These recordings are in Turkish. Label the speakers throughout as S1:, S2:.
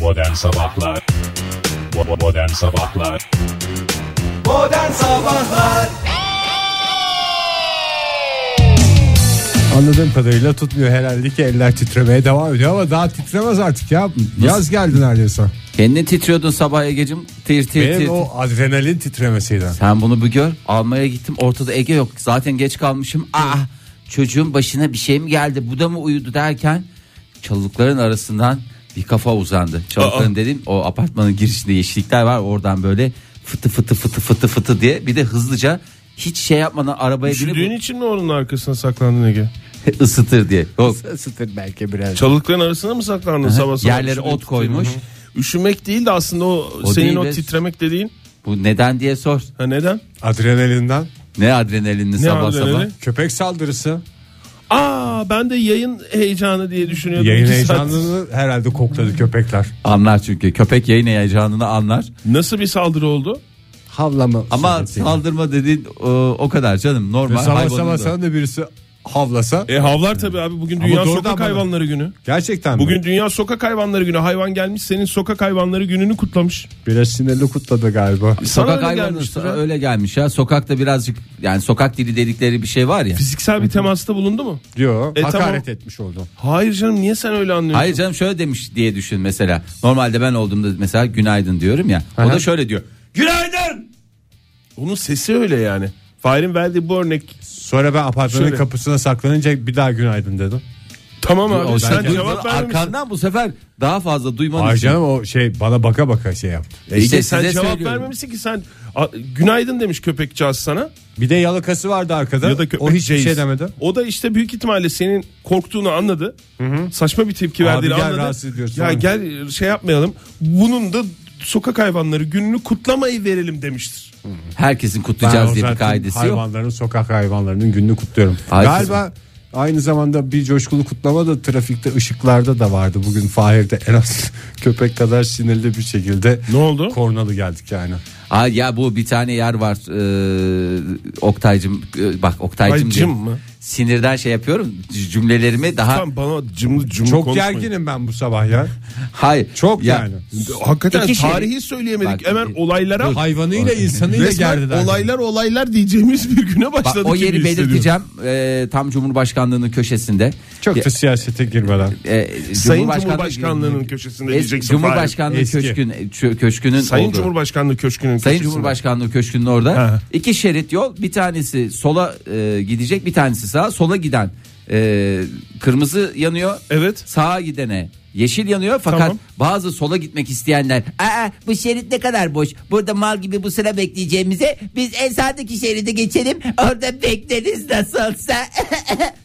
S1: Modern Sabahlar Bo- Modern Sabahlar
S2: Modern Sabahlar
S3: Anladığım kadarıyla tutmuyor herhalde ki eller titremeye devam ediyor ama daha titremez artık ya. Yaz geldi neredeyse.
S4: Kendini titriyordun sabah Ege'cim. Tir tir tir.
S3: Benim o adrenalin titremesiydi.
S4: Sen bunu bir gör. Almaya gittim ortada Ege yok. Zaten geç kalmışım. Ah çocuğun başına bir şey mi geldi? Bu da mı uyudu derken çalılıkların arasından bir kafa uzandı. Çalılıkların dediğim o apartmanın girişinde yeşillikler var. Oradan böyle fıtı fıtı fıtı fıtı fıtı diye bir de hızlıca hiç şey yapmadan arabaya
S5: Üşüdüğün
S4: binip
S5: için mi onun arkasına saklandın Ege?
S4: ısıtır diye. Yok
S3: Isıtır belki biraz.
S5: Çalılıkların arasına mı saklandın sabah sabah?
S4: Yerlere
S5: Üşüdüğün
S4: ot
S5: için?
S4: koymuş.
S5: Hı hı. Üşümek değil de aslında o,
S4: O
S5: senin
S4: değil
S5: o
S4: be.
S5: titremek dediğin.
S4: bu neden diye sor.
S5: Ha neden?
S3: Adrenalinden
S4: Ne adrenalinli
S5: Ne
S4: sabah
S5: adrenalin?
S4: sabah.
S3: köpek saldırısı.
S5: Aa ben de yayın heyecanı diye düşünüyordum.
S3: Yayın
S5: İki saat-
S3: heyecanını herhalde kokladı köpekler.
S4: Anlar çünkü köpek yayın heyecanını anlar.
S5: Nasıl bir saldırı oldu?
S3: Havlama.
S4: Ama saldırma dediğin e, o kadar canım normal.
S3: sabah
S4: hayvanın
S3: sabah
S4: da.
S3: sana da birisi havlasa.
S5: E havlar tabii abi bugün
S3: Ama
S5: Dünya
S3: doğrudan
S5: Sokak
S3: bana-
S5: Hayvanları Günü.
S3: Gerçekten mi?
S5: Bugün Dünya Sokak Hayvanları Günü. Hayvan gelmiş senin Sokak Hayvanları Günü'nü kutlamış.
S3: biraz sinirli kutladı galiba.
S5: Sana
S4: Sokak
S5: öyle
S4: hayvanı
S5: gelmiştir
S4: sa-
S5: ha.
S4: öyle gelmiş ya. Sokakta birazcık yani sokak dili dedikleri bir şey var ya.
S5: Fiziksel bir temasta bulundu mu?
S3: Diyor.
S5: E,
S3: hakaret
S5: tamam.
S3: etmiş oldu.
S5: Hayır canım niye sen öyle anlıyorsun?
S4: Hayır canım şöyle demiş diye düşün mesela. Normalde ben olduğumda mesela günaydın diyorum ya. O da şöyle diyor.
S5: Günaydın. Onun sesi öyle yani. Fahir'in verdiği bu örnek.
S3: Sonra ben apartmanın
S5: Şöyle.
S3: kapısına saklanınca bir daha günaydın dedim.
S5: Tamam abi
S4: O
S5: sen
S4: sen
S5: cevap vermemişsin.
S4: arkandan bu sefer daha fazla duyman
S3: Ay
S4: için.
S3: canım o şey bana baka baka şey yaptı.
S5: E
S4: İşte
S5: İyi, sen
S4: size
S5: cevap
S4: söylüyorum.
S5: vermemişsin ki sen A- günaydın demiş köpekcağız sana.
S3: Bir de yalakası vardı arkada.
S5: Ya da köpek
S3: o hiçbir
S5: ceyiz.
S3: şey demedi.
S5: O da işte büyük ihtimalle senin korktuğunu anladı. Saçma bir tepki
S3: Abi
S5: verdiğini
S3: gel
S5: anladı.
S3: rahatsız ediyorsun.
S5: ya
S3: Oğlum.
S5: gel şey yapmayalım. Bunun da sokak hayvanları gününü kutlamayı verelim demiştir.
S4: Herkesin
S3: Ben o
S4: kutlayacağız diye
S3: zaten
S4: bir kaidesi yok.
S3: hayvanların, sokak hayvanlarının gününü kutluyorum.
S4: Ay
S3: Galiba aynı zamanda bir coşkulu kutlama da trafikte ışıklarda da vardı. Bugün Fahir'de en az köpek kadar sinirli bir şekilde
S5: Ne oldu?
S3: kornalı geldik yani.
S4: Ha ya bu bir tane yer var. Ee, Oktaycım e, bak Oktaycım
S5: Ay,
S4: diyor.
S5: cım mı?
S4: Sinirden şey yapıyorum c- cümlelerimi daha
S5: Tamam bana cımlı cımlı
S3: Çok
S5: konuşmayın.
S3: gerginim ben bu sabah ya.
S4: hayır.
S3: Çok
S4: Ya-
S3: yani.
S5: Hakikaten
S4: İki şey-
S5: tarihi söyleyemedik.
S4: Bak,
S5: Hemen
S4: bir-
S5: olaylara
S3: Hayvanıyla insanıyla
S5: resmen
S3: geldiler.
S5: olaylar olaylar diyeceğimiz bir güne
S4: Bak,
S5: başladık.
S4: o
S5: gibi
S4: yeri
S5: hissediyorum.
S4: belirteceğim Ee, tam Cumhurbaşkanlığının köşesinde.
S3: Çok da siyasete girmeden.
S4: Ee,
S5: Sayın
S4: Cumhurbaşkanlığı-
S5: Cumhurbaşkanlığının köşesinde
S4: Es-
S5: diyeceksin. Fahir.
S4: Cumhurbaşkanlığı
S3: Eski.
S4: köşkün, çö- köşkünün
S5: Sayın
S4: olduğu.
S5: Cumhurbaşkanlığı köşkünün
S4: Sayın
S5: köşesinde.
S4: Cumhurbaşkanlığı köşkünün orada
S5: Ha.
S4: iki şerit yol bir tanesi sola e, gidecek bir tanesi sağa sola giden e, kırmızı yanıyor
S5: Evet.
S4: sağa gidene yeşil yanıyor fakat
S5: Tamam.
S4: bazı sola gitmek isteyenler aa bu şerit ne kadar boş burada mal gibi bu sıra bekleyeceğimize biz en sağdaki şeride geçelim orada bekleriz nasılsa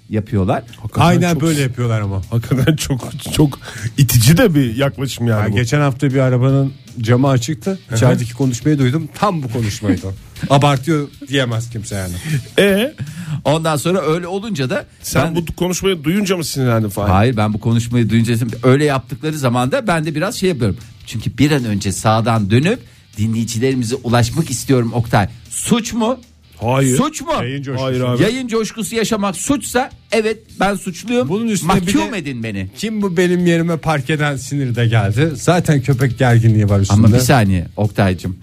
S4: yapıyorlar.
S3: Aynen
S5: çok-
S3: böyle yapıyorlar ama.
S5: Hakikaten çok çok itici de bir yaklaşım yani.
S3: Ya
S5: bu.
S3: geçen hafta bir arabanın camı açıktı. İçerideki konuşmayı duydum. Tam bu konuşmaydı. Abartıyor diyemez kimse yani.
S5: E
S4: Ondan sonra öyle olunca da
S5: sen
S4: ben-
S5: bu konuşmayı duyunca mı sinirlendin Fahir?
S4: Hayır ben bu konuşmayı duyunca öyle yaptıkları zaman da ben de biraz şey yapıyorum. Çünkü bir an önce sağdan dönüp dinleyicilerimize ulaşmak istiyorum Oktay. Suç mu?
S5: Hayır.
S4: Suç mu?
S3: Yayın coşkusu.
S5: Hayır abi.
S4: Yayın coşkusu yaşamak suçsa evet ben suçluyum.
S3: Bunun üstüne bir
S4: Mahkum
S3: de-
S4: edin beni.
S3: Kim bu benim yerime park eden sinir de geldi. Zaten köpek gerginliği var üstünde.
S4: Ama bir
S3: bir,
S4: saniye Oktay'cım.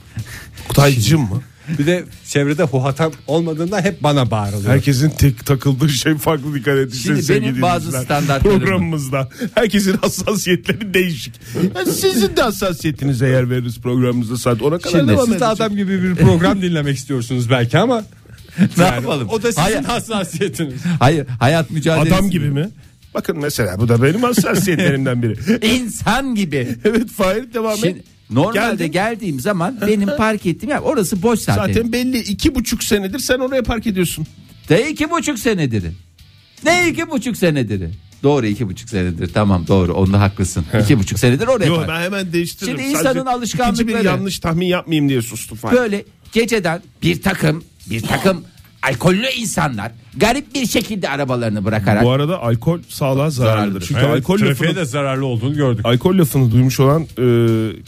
S5: Kutaycım mı?
S3: de çevrede huhatam olmadığında hep bana bağırılıyor.
S5: Herkesin tek takıldığı şey farklı dikkat edin.
S4: Şimdi benim bazı standartlarım var.
S5: Programımızda herkesin hassasiyetleri değişik. Yani sizin de hassasiyetinize yer veririz programımızda saat 10'a kadar
S4: Şimdi
S5: devam
S3: siz de
S5: edecek.
S3: adam gibi bir program dinlemek istiyorsunuz belki ama
S4: ne yapalım?
S3: o da sizin
S4: hayır,
S3: hassasiyetiniz.
S4: hayır hayat mücadelesi.
S5: Adam gibi mi? Bakın mesela bu da benim hassasiyetlerimden biri.
S4: İnsan gibi.
S5: Evet Fahir devam
S4: Şimdi
S5: et.
S4: normalde
S5: Geldin.
S4: geldiğim zaman benim park ettiğim yer orası boş zaten.
S5: Zaten belli iki buçuk senedir sen oraya park ediyorsun.
S4: De iki buçuk senedir. Ne iki buçuk senedir? Doğru iki buçuk senedir. Tamam doğru onda haklısın. iki buçuk senedir oraya
S5: Yok
S4: park.
S5: ben hemen değiştirdim.
S4: Şimdi insanın
S5: ikinci
S4: alışkanlıkları.
S5: bir yanlış tahmin yapmayayım diye sustum falan.
S4: Böyle geceden bir takım bir takım alkollü insanlar garip bir şekilde arabalarını bırakarak
S5: Bu arada alkol sağlığa zararlıdır.
S4: Zararlıdır.
S5: Çünkü
S3: Evet,
S5: alkol
S3: trafiğe
S5: lafını
S3: de zararlı olduğunu gördük.
S5: alkol lafını duymuş olan e,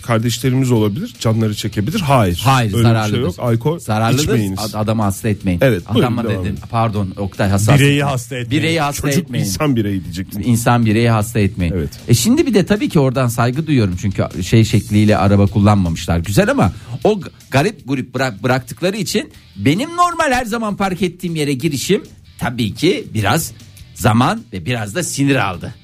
S5: kardeşlerimiz olabilir. Canları çekebilir. Hayır.
S4: Hayır
S5: Öyle bir şey
S4: zararlıdır.
S5: yok. Alkol
S4: zararlıdır.
S5: içmeyiniz.
S4: Ad- adamı hasta etmeyin.
S5: Evet, buyurun,
S4: Adamı
S5: devam
S4: dedin.
S5: edin.
S4: Pardon Oktay hassas.
S3: Bireyi
S4: etmeyin.
S3: hasta etmeyin.
S4: Bireyi hasta
S5: Çocuk
S4: etmeyin.
S5: insan bireyi diyecektim.
S4: İnsan bireyi hasta etmeyin.
S5: Evet.
S4: E şimdi bir de tabii ki oradan saygı duyuyorum çünkü şey şekliyle araba kullanmamışlar. Güzel ama o g- garip grup bırak bıraktıkları için benim normal her zaman park ettiğim yere girişim tabii ki biraz zaman ve biraz da sinir aldı.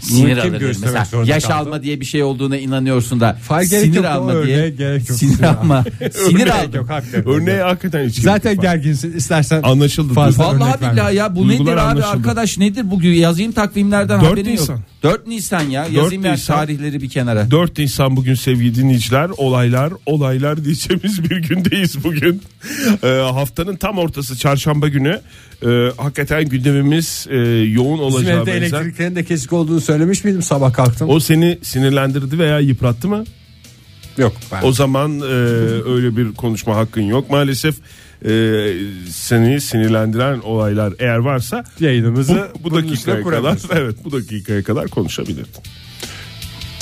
S4: Sinir
S3: kim
S4: alır dedim.
S3: göstermek
S4: Mesela
S3: zorunda
S4: yaş
S3: kaldı?
S4: alma diye bir şey olduğuna inanıyorsun da
S3: Fark gerek
S4: sinir
S3: yok, o
S4: alma
S3: örneğe
S4: diye
S3: gerek yok.
S4: sinir alma sinir
S3: Örneğe
S4: aldım.
S3: yok, hakikaten.
S5: Örneği hakikaten hiç
S3: Zaten
S5: gerek yok.
S3: gerginsin istersen
S5: Anlaşıldı.
S3: Fazla
S5: Duygu-
S4: Vallahi
S3: örnek verme.
S4: billahi ya bu
S5: Duygular
S4: nedir abi
S5: anlaşıldı.
S4: arkadaş nedir bugün yazayım takvimlerden
S5: 4
S4: haberin
S5: Nisan.
S4: yok. 4 Nisan ya
S5: 4
S4: yazayım yani
S5: Nisan.
S4: tarihleri bir kenara.
S5: 4 Nisan bugün sevgili dinleyiciler olaylar olaylar diyeceğimiz bir gündeyiz bugün. Ee, haftanın tam ortası çarşamba günü. Ee, hakikaten gündemimiz e, yoğun
S3: Bizim
S5: olacağı
S3: evde
S5: benzer.
S3: elektriklerin de kesik olduğunu söylemiş miydim sabah kalktım?
S5: O seni sinirlendirdi veya yıprattı mı?
S3: yok. ben-
S5: O zaman e, öyle bir konuşma hakkın yok maalesef. E, seni sinirlendiren olaylar eğer varsa
S3: yayınımızı
S5: bu, bu
S3: bunun
S5: dakikaya
S3: üstüne
S5: kadar
S3: kurabiliriz.
S5: evet bu dakikaya kadar konuşabilirdin.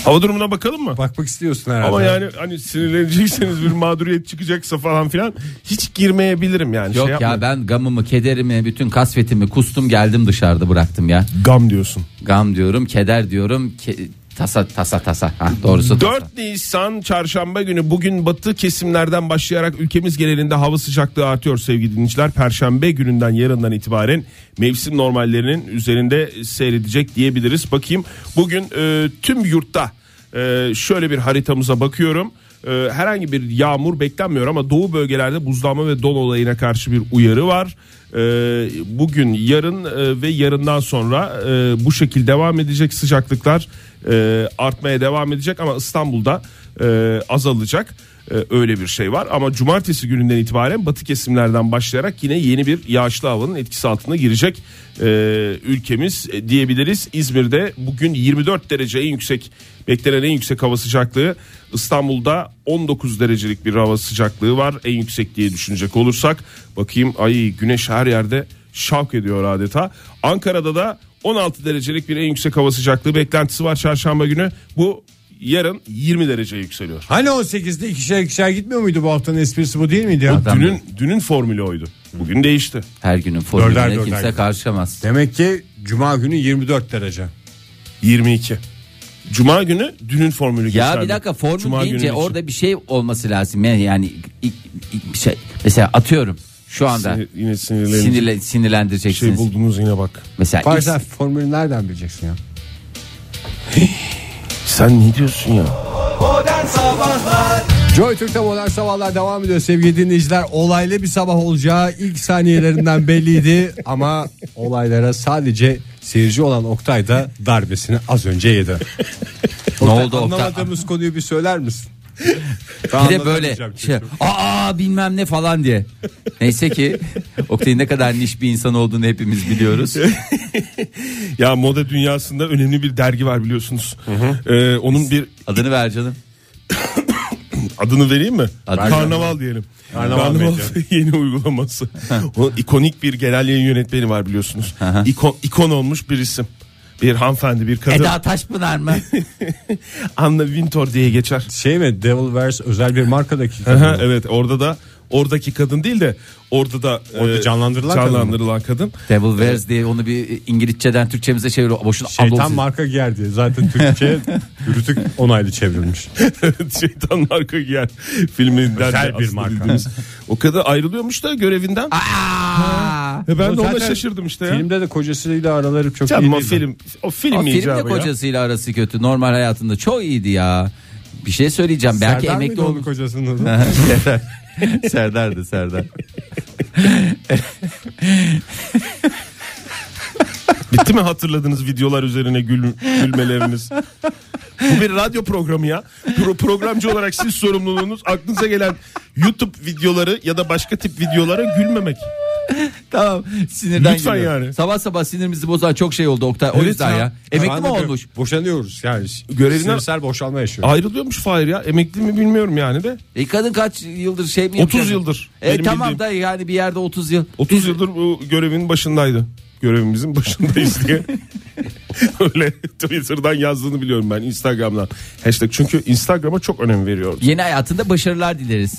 S5: Hava durumuna bakalım mı?
S3: Bakmak istiyorsun herhalde.
S5: Ama yani hani sinirlenecekseniz bir mağduriyet çıkacaksa falan filan hiç girmeyebilirim yani.
S4: Yok
S5: şey
S4: ya
S5: yapmayın.
S4: ben gamımı, kederimi, bütün kasvetimi kustum geldim dışarıda bıraktım ya.
S5: gam diyorsun.
S4: Gam diyorum, keder diyorum, ke- tasa tasa tasa. Ha, doğrusu tasa.
S5: 4 Nisan çarşamba günü bugün batı kesimlerden başlayarak ülkemiz genelinde hava sıcaklığı artıyor sevgili dinleyiciler. Perşembe gününden yarından itibaren mevsim normallerinin üzerinde seyredecek diyebiliriz. Bakayım bugün e, tüm yurtta e, şöyle bir haritamıza bakıyorum. E, herhangi bir yağmur beklenmiyor ama doğu bölgelerde buzlanma ve don olayına karşı bir uyarı var. E, bugün, yarın e, ve yarından sonra e, bu şekil devam edecek sıcaklıklar e, artmaya devam edecek ama İstanbul'da e, azalacak. E, öyle bir şey var ama cumartesi gününden itibaren batı kesimlerden başlayarak yine yeni bir yağışlı havanın etkisi altına girecek e, ülkemiz e, diyebiliriz. İzmir'de bugün 24 derece en yüksek beklenen en yüksek hava sıcaklığı İstanbul'da 19 derecelik bir hava sıcaklığı var en yüksek diye düşünecek olursak bakayım ay güneş her yerde şavk ediyor adeta. Ankara'da da 16 derecelik bir en yüksek hava sıcaklığı beklentisi var çarşamba günü. Bu yarın 20 derece yükseliyor.
S3: Hani 18'de ikişer ikişer şey gitmiyor muydu bu haftanın esprisi bu değil miydi ya?
S4: Adam- Tamam.
S5: Dünün dünün formülü oydu. Bugün değişti.
S4: Her günün
S3: Dörder,
S4: formülüne
S3: dörder.
S4: kimse karışamaz.
S3: Demek ki cuma günü 24 derece.
S5: 22. Cuma günü dünün formülü geçerli.
S4: Ya bir dakika formül
S5: Cuma günü
S4: deyince
S5: için.
S4: orada bir şey olması lazım. Yani, yani ilk- ilk bir şey mesela atıyorum şu anda
S5: Sinir- yine sinirlenecek
S4: sinirle,
S5: bir şey
S4: sinirlendireceksiniz.
S5: buldunuz yine bak.
S4: mesela X-
S3: Varsa formülü nereden bileceksin ya?
S5: Sen ne diyorsun ya?
S2: Modern Sabahlar
S3: Joy Türk'te modern sabahlar devam ediyor sevgili dinleyiciler. Olaylı bir sabah olacağı ilk saniyelerinden belliydi ama olaylara sadece seyirci olan Oktay da darbesini az önce yedi.
S4: ne oldu Oktay?
S3: Anlamadığımız konuyu bir söyler misin?
S4: Bir de böyle şey, aa bilmem ne falan diye. Neyse ki Oktay'ın ne kadar niş bir insan olduğunu hepimiz biliyoruz.
S5: Ya moda dünyasında önemli bir dergi var biliyorsunuz. Ee, onun bir
S4: Adını ver canım.
S5: Adını vereyim mi?
S4: Adını
S5: Karnaval diyelim. Karnaval, yeni uygulaması. o ikonik bir genel yayın yönetmeni var biliyorsunuz. İkon, ikon olmuş bir isim. Bir hanımefendi, bir kadın.
S4: Eda Taşpınar mı?
S5: Anna Wintour diye geçer.
S3: Şey mi Devil Wears özel bir markadaki
S5: Aha, evet orada da oradaki kadın değil de orada da e,
S3: Orada canlandırılan kadın mı?
S5: canlandırılan kadın.
S4: Devil Wears diye onu bir İngilizceden Türkçemize çevir. Boşuna
S3: şeytan
S4: Adolf-
S3: marka gerdi. Zaten Türkçe rütük onaylı çevrilmiş.
S5: Evet, Şeytan marka giyer filminden de
S3: Özel bir
S5: aslında
S3: marka.
S5: bildiğimiz. O kadar ayrılıyormuş da görevinden.
S4: Aa!
S5: E ben de ona
S3: Zaten
S5: şaşırdım işte ya.
S3: Filmde de kocasıyla araları çok iyi
S5: Canım, o
S3: değil mi?
S5: film, o film
S4: O filmde
S5: icabı ya.
S4: kocasıyla arası kötü. Normal hayatında çok iyiydi ya. Bir şey söyleyeceğim. Belki
S3: Serdar
S4: emekli
S3: mıydı onun
S4: olmuş.
S3: kocasının adı?
S4: Serdar. Serdar'dı Serdar.
S5: Bitti mi hatırladığınız videolar üzerine gül, gülmeleriniz? Bu bir radyo programı ya. Pro- programcı olarak siz sorumluluğunuz aklınıza gelen YouTube videoları ya da başka tip videolara gülmemek.
S4: tamam sinirden
S5: Lütfen
S4: gülüyorum.
S5: yani.
S4: Sabah sabah sinirimizi bozan çok şey oldu Oktay. O yüzden ya. Emekli mi olmuş?
S3: Boşanıyoruz yani.
S5: Görevinden-
S3: Sinirsel boşanma yaşıyor.
S5: Ayrılıyormuş Fahir ya. Emekli mi bilmiyorum yani de.
S4: E kadın kaç yıldır şey mi
S5: 30
S4: yapıyor?
S5: yıldır.
S4: E
S5: Benim
S4: tamam
S5: bildiğim.
S4: da yani bir yerde 30 yıl.
S5: 30 yıldır bu görevin başındaydı. Görevimizin başındayız diye. Öyle Twitter'dan yazdığını biliyorum ben Instagram'dan. Hashtag çünkü Instagram'a çok önem veriyor.
S4: Yeni hayatında başarılar dileriz.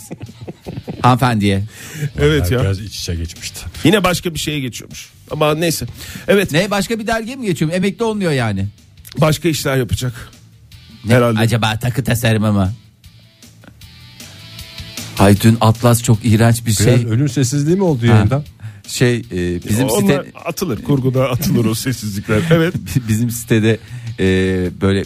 S4: Hanımefendiye.
S5: Evet ya.
S3: Biraz iç içe geçmişti.
S5: Yine başka bir şeye geçiyormuş. Ama neyse. Evet
S4: Ne başka bir dergiye mi geçiyorum? Emekli olmuyor yani.
S5: başka işler yapacak.
S4: Ne,
S5: Herhalde.
S4: Acaba takı tasarımı mı? Ay dün Atlas çok iğrenç bir şey.
S3: Biraz ölüm sessizliği mi oldu yayında?
S4: Şey e, bizim
S5: e, Onlar
S4: site
S5: atılır. Kurguda atılır o sessizlikler. Evet.
S4: bizim sitede e, böyle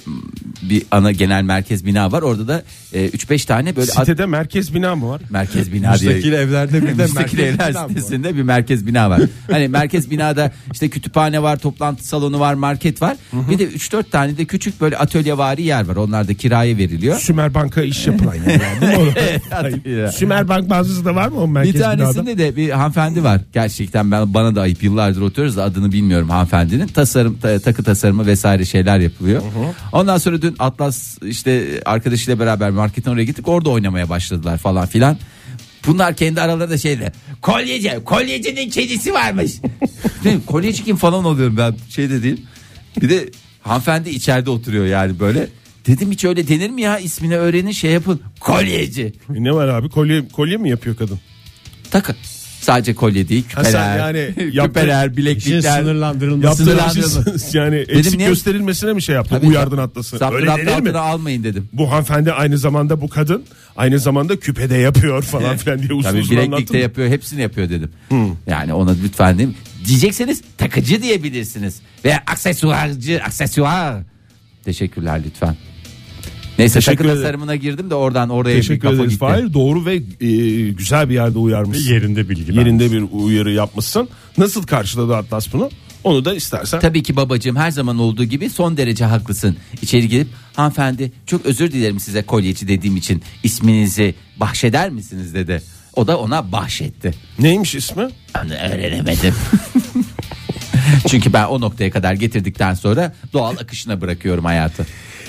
S4: bir ana genel merkez bina var. Orada da 3-5 tane böyle at-
S5: Sitede merkez bina mı var?
S4: merkez bina diye.
S3: Müstakil evlerde bir de merkez
S4: Müstakil
S3: bina
S4: evler
S3: mı var?
S4: sitesinde bir merkez bina var. hani merkez binada işte kütüphane var, toplantı salonu var, market var. Bir de 3-4 tane de küçük böyle atölyevari yer var. Onlar da kiraya veriliyor.
S5: Sümer Bank'a iş yapılan yer yani, değil mi orada? Sümer Bank bazısı da var mı o merkez
S4: bir tanesinde de bir hanımefendi var. Gerçekten ben bana da ayıp yıllardır oturuyoruz da adını bilmiyorum hanımefendinin. Tasarım ta- takı tasarımı vesaire şeyler yapılıyor. Ondan sonra dün Atlas işte arkadaşıyla beraber marketin oraya gittik. Orada oynamaya başladılar falan filan. Bunlar kendi aralarında şeyde kolyeci kolyecinin kedisi varmış. Değil mi? Kolyeci kim falan oluyorum ben şey de değil. Bir de hanımefendi içeride oturuyor yani böyle. Dedim hiç öyle denir mi ya ismini öğrenin şey yapın kolyeci
S5: binada? Ne var abi? Kolye, kolye mi yapıyor kadın?
S4: takı. Sadece kolye değil
S5: Ha, sen
S4: küpeler,
S5: yani
S4: küpeler,
S3: İşin
S4: bileklikler.
S3: sınırlandırılması.
S5: Yaptığın
S4: Sınırlandırıldı.
S5: işin- yani eksik
S4: niye-
S5: gösterilmesine mi şey yaptın?
S4: Tabii,
S5: Uyardın
S4: zap-
S5: Atlas'ı.
S4: zaptın
S5: Öyle
S4: altına
S5: denir mi?
S4: altına almayın dedim.
S5: Bu hanımefendi aynı zamanda bu kadın aynı zamanda küpede yapıyor falan filan diye uzun
S4: Tabii
S5: uzun
S4: bileklik de
S5: anlattın. Hmm.
S4: yapıyor, hepsini yapıyor dedim. Yani ona lütfen dedim. Diyecekseniz takıcı diyebilirsiniz. Ve aksesuarcı, aksesuar. Teşekkürler lütfen. Neyse
S5: Teşekkür
S4: takı
S5: ederim.
S4: tasarımına girdim de oradan oraya bir
S5: Teşekkür
S4: kafa
S5: ederiz
S4: gitti.
S5: Fahir. Doğru ve e, güzel bir yerde uyarmışsın.
S3: Yerinde bilgi.
S5: Yerinde bir uyarı yapmışsın. Nasıl karşıladı Atlas bunu? Onu da istersen.
S4: Tabii ki babacığım her zaman olduğu gibi son derece haklısın. İçeri girip hanımefendi çok özür dilerim size kolyeci dediğim için isminizi bahşeder misiniz dedi. O da ona bahşetti.
S5: Neymiş ismi?
S4: Onu öğrenemedim. Çünkü ben o noktaya kadar getirdikten sonra doğal akışına bırakıyorum hayatı.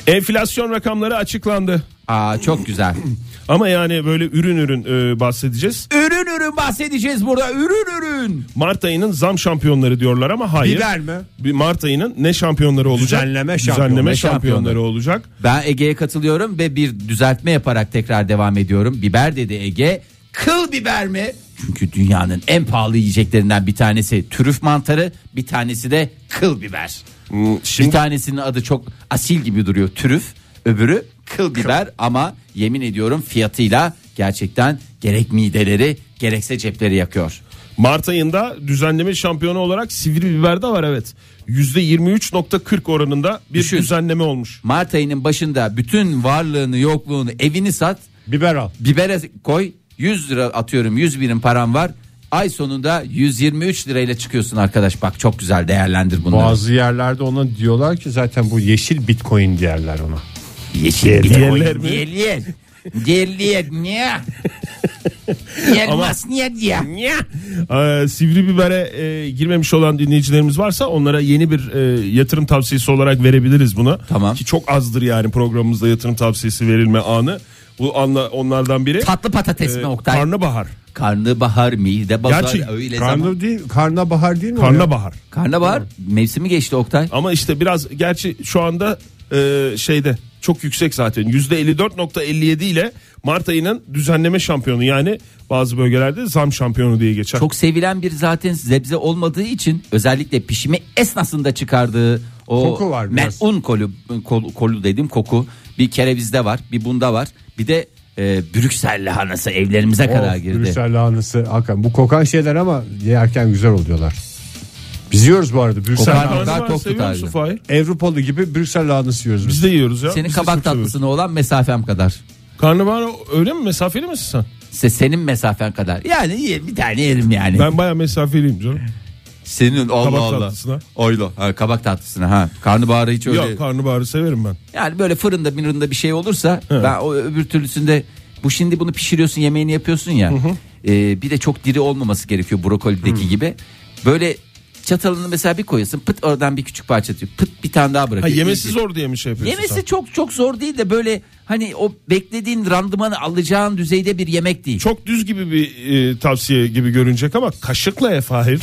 S5: Enflasyon rakamları açıklandı.
S4: Aa çok güzel.
S5: Ama yani böyle ürün ürün e, bahsedeceğiz.
S4: Ürün ürün bahsedeceğiz burada. Ürün ürün.
S5: Mart ayının zam şampiyonları diyorlar ama hayır.
S3: Biber mi?
S5: Bir Mart ayının ne şampiyonları olacak?
S3: Düzenleme şampiyonları.
S5: Düzenleme şampiyonları
S4: Şampiyonları.
S5: olacak.
S4: Ben Ege'ye katılıyorum ve bir düzeltme yaparak tekrar devam ediyorum. Biber dedi Ege. Kıl biber mi? Çünkü dünyanın en pahalı yiyeceklerinden bir tanesi trüf mantarı, bir tanesi de kıl biber. Bir tanesinin adı çok asil gibi duruyor türüf öbürü kıl biber ama yemin ediyorum fiyatıyla gerçekten gerek mideleri gerekse cepleri yakıyor.
S5: Mart ayında düzenleme şampiyonu olarak sivri biber de var evet. %23.40 oranında bir
S4: Düşün.
S5: düzenleme olmuş.
S4: Mart ayının başında bütün varlığını yokluğunu evini sat
S3: Biber al.
S4: bibere koy 100 lira atıyorum 100 birim param var. Ay sonunda 123 lirayla çıkıyorsun arkadaş bak çok güzel değerlendir bunları.
S3: Bazı yerlerde ona diyorlar ki zaten bu yeşil bitcoin diyorlar ona.
S4: Yeşil
S5: yerler
S4: bitcoin
S5: mi?
S4: diyelim. Diyelim niye? Yermez niye diye.
S5: Ee, sivri bibere e, girmemiş olan dinleyicilerimiz varsa onlara yeni bir e, yatırım tavsiyesi olarak verebiliriz bunu.
S4: Tamam.
S5: Ki çok azdır yani programımızda yatırım tavsiyesi verilme anı. Bu anla, onlardan biri.
S4: Tatlı patates mi
S5: e,
S4: Oktay?
S5: karnabahar.
S4: Karnabahar, mide bazar
S5: Gerçi
S4: öyle zaman.
S3: Karnı değil, karnabahar değil mi? o ya?
S5: Karnabahar.
S4: Karnabahar mevsimi geçti Oktay.
S5: Ama işte biraz gerçi şu anda e, şeyde çok yüksek zaten. %54.57 ile Mart ayının düzenleme şampiyonu yani bazı bölgelerde zam şampiyonu diye geçer.
S4: Çok sevilen bir zaten sebze olmadığı için özellikle pişimi esnasında çıkardığı o
S3: Koku var biraz.
S4: melun kolu, kolu, kolu dedim koku. Bir kerevizde var, bir bunda var. Bir de e, Brüksel lahanası evlerimize
S5: Oh,
S3: Of,
S4: kadar girdi.
S3: Brüksel lahanası. Hakikaten bu kokan şeyler ama yerken güzel oluyorlar. Biz yiyoruz bu arada. Brüksel
S4: Kokan-
S3: lahanası.
S5: Karnabahar
S4: Karnabahar çok
S5: seviyor
S4: tutarlı.
S5: musun Fahir?
S3: Avrupalı gibi Brüksel lahanası yiyoruz biz.
S5: Biz de yiyoruz ya.
S4: Senin
S5: Biz de çok
S4: kabak
S5: seviyoruz.
S4: tatlısına olan mesafem kadar.
S5: Karnabahar öyle mi mesafeli misin sen?
S4: İşte senin mesafen kadar. Yani yerim, bir tane yerim yani.
S5: Ben baya mesafeliyim canım.
S4: senin Allah
S5: Kabak
S4: Allah.
S5: tatlısına.
S4: Oyla. Ha, kabak tatlısına ha. Karnabaharı hiç öyle.
S5: Yok karnabaharı severim ben.
S4: Yani böyle fırında minırında bir şey olursa ben o öbür türlüsünde Bu şimdi bunu pişiriyorsun yemeğini yapıyorsun ya. Ee, bir de çok diri olmaması gerekiyor brokolideki gibi. Böyle çatalını mesela bir koyasın pıt oradan bir küçük parça atıyor. Pıt bir tane daha
S5: Ha,
S4: bırakıyor.
S5: yemesi
S4: İyi.
S5: zor diye mi şey yapıyorsun
S4: Yemesi
S5: sen?
S4: çok çok zor değil de böyle hani o beklediğin randımanı alacağın düzeyde bir yemek değil.
S5: Çok düz gibi bir e, tavsiye gibi görünecek ama kaşıkla ya Fahir.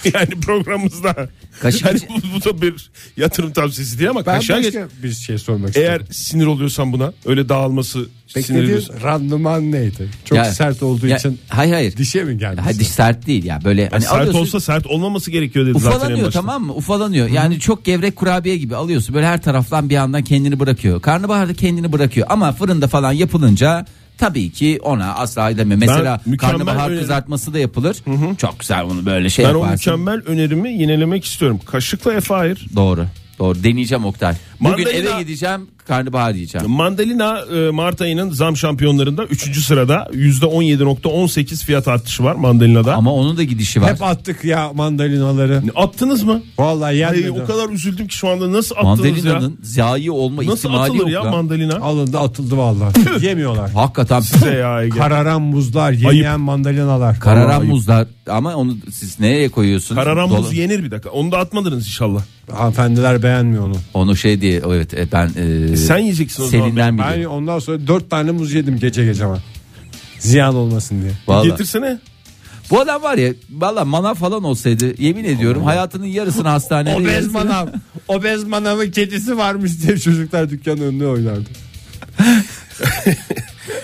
S5: yani programımızda.
S4: Kaşık-
S5: Yani bu, bu da bir yatırım tavsiyesi değil ama
S3: Ben
S5: kaşığa geç.
S3: başka bir şey sormak
S5: Eğer
S3: istiyorum.
S5: sinir oluyorsan buna öyle dağılması sinir ediyorsan.
S3: Beklediğin randıman neydi? Çok
S4: Ya-
S3: sert olduğu
S4: ya-
S3: için
S4: Hayır hayır.
S3: dişe mi geldi?
S4: Ha, diş sert değil ya böyle hani
S5: sert
S4: alıyorsun-
S5: olsa sert olmaması gerekiyor dedi zaten en
S4: Ufalanıyor
S5: başta.
S4: tamam mı? Ufalanıyor. Yani çok gevrek kurabiye gibi alıyorsun. Böyle her taraftan bir yandan kendini bırakıyor. Karnabaharda kendini bırakıyor. Ama fırında falan yapılınca tabii ki ona asla deme. Mesela
S5: mükemmel
S4: karnabahar
S5: öyle-
S4: kızartması da yapılır. Çok güzel onu böyle şey
S5: Ben o
S4: yaparsın.
S5: mükemmel önerimi yinelemek istiyorum. Kaşıkla ya Fahir.
S4: Doğru. Doğru. Deneyeceğim Oktay. Bugün
S5: Mandalina-
S4: eve gideceğim karnabahar yiyeceğim.
S5: Mandalina e, Mart ayının zam şampiyonlarında 3. sırada %17.18 fiyat artışı var mandalinada.
S4: Ama onun da gidişi var.
S3: Hep attık ya mandalinaları.
S5: Attınız mı?
S3: Vallahi
S5: Ay,
S3: yenmedi.
S5: o kadar üzüldüm ki şu anda nasıl attınız ya?
S4: Mandalina'nın zayi olma
S5: Nasıl
S4: ihtimali
S5: atılır
S4: yok.
S5: ya
S4: lan.
S5: mandalina?
S3: Alındı atıldı vallahi. Yemiyorlar.
S4: Hakikaten
S5: Size ya Ege.
S3: Kararan muzlar, yemeyen mandalinalar.
S4: kararan
S3: Vallahi
S4: muzlar ama onu siz nereye koyuyorsunuz?
S5: Kararan
S4: Dola-
S5: buz yenir bir dakika. Onu da atmadınız inşallah.
S3: Hanımefendiler beğenmiyor onu.
S4: Onu şey diye evet e, ben e,
S5: sen yiyeceksin o zaman.
S4: Selin'den
S3: Ben
S4: biliyorum.
S3: ondan sonra dört tane muz yedim gece gece ama. Ziyan olmasın diye.
S4: Vallahi.
S5: Getirsene.
S4: Bu adam var ya valla manav falan olsaydı yemin ediyorum hayatının yarısını hastanede
S3: Obez
S4: yarısını-
S3: manav. Obez manavın kedisi varmış diye çocuklar dükkanın önüne oynardı.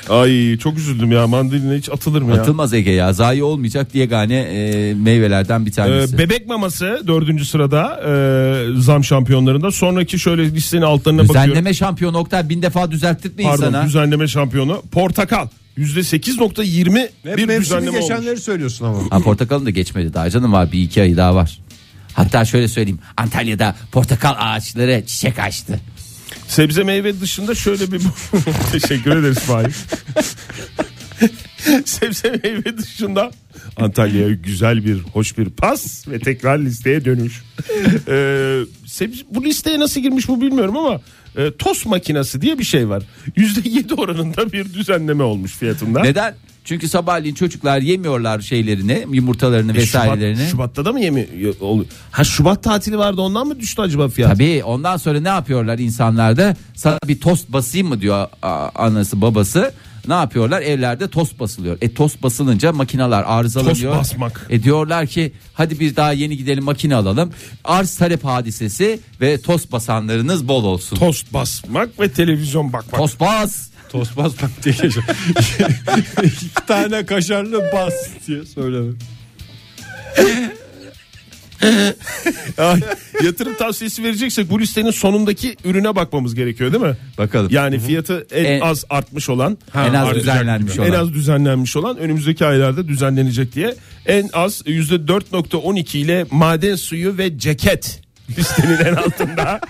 S5: Ay çok üzüldüm ya. Mandalina hiç atılır mı ya?
S4: Atılmaz Ege ya zayi olmayacak diye gane e, meyvelerden bir tanesi.
S5: Ee, bebek maması dördüncü sırada e, zam şampiyonlarında. Sonraki şöyle listenin altlarına bakıyorum.
S4: Düzenleme şampiyon Oktay bin defa düzelttirtme
S5: Pardon
S4: insana.
S5: düzenleme şampiyonu. Portakal. %8.20
S3: Hep
S5: bir
S3: mevsimi
S5: düzenleme olmuş.
S3: geçenleri söylüyorsun ama.
S4: Ha, portakalın da geçmedi daha canım var bir iki ayı daha var. Hatta şöyle söyleyeyim Antalya'da portakal ağaçları çiçek açtı.
S5: Sebze meyve dışında şöyle bir... Teşekkür ederiz Fahir. Sebze meyve dışında Antalya'ya güzel bir hoş bir pas ve tekrar listeye dönüş. Ee, sebze- bu listeye nasıl girmiş bu bilmiyorum ama e, tost makinesi diye bir şey var. %7 oranında bir düzenleme olmuş fiyatında.
S4: Neden? Çünkü sabahleyin çocuklar yemiyorlar şeylerini yumurtalarını
S5: E, Şubat-
S4: vesairelerini.
S5: Şubat'ta da mı yemi y- oluyor? Ha Şubat tatili vardı ondan mı düştü acaba fiyat?
S4: Tabii ondan sonra ne yapıyorlar insanlar da sana bir tost basayım mı diyor a- anası babası. Ne yapıyorlar? Evlerde tost basılıyor. E tost basılınca makineler arızalanıyor.
S5: Tost basmak.
S4: E diyorlar ki hadi bir daha yeni gidelim makine alalım. Arz talep hadisesi ve tost basanlarınız bol olsun.
S5: Tost basmak ve televizyon bakmak.
S4: tost bas.
S3: Tost bas bak diye geçiyor. İki tane kaşarlı bas diye söyledi.
S5: Ay, yatırım tavsiyesi vereceksek bu listenin sonundaki ürüne bakmamız gerekiyor değil mi?
S4: Bakalım.
S5: Yani fiyatı en,
S4: En-
S5: az artmış olan,
S4: en az
S5: artacak
S4: düzenlenmiş
S5: gibi.
S4: olan.
S5: En az düzenlenmiş olan önümüzdeki aylarda düzenlenecek diye en az %4.12 ile maden suyu ve ceket listenin en altında.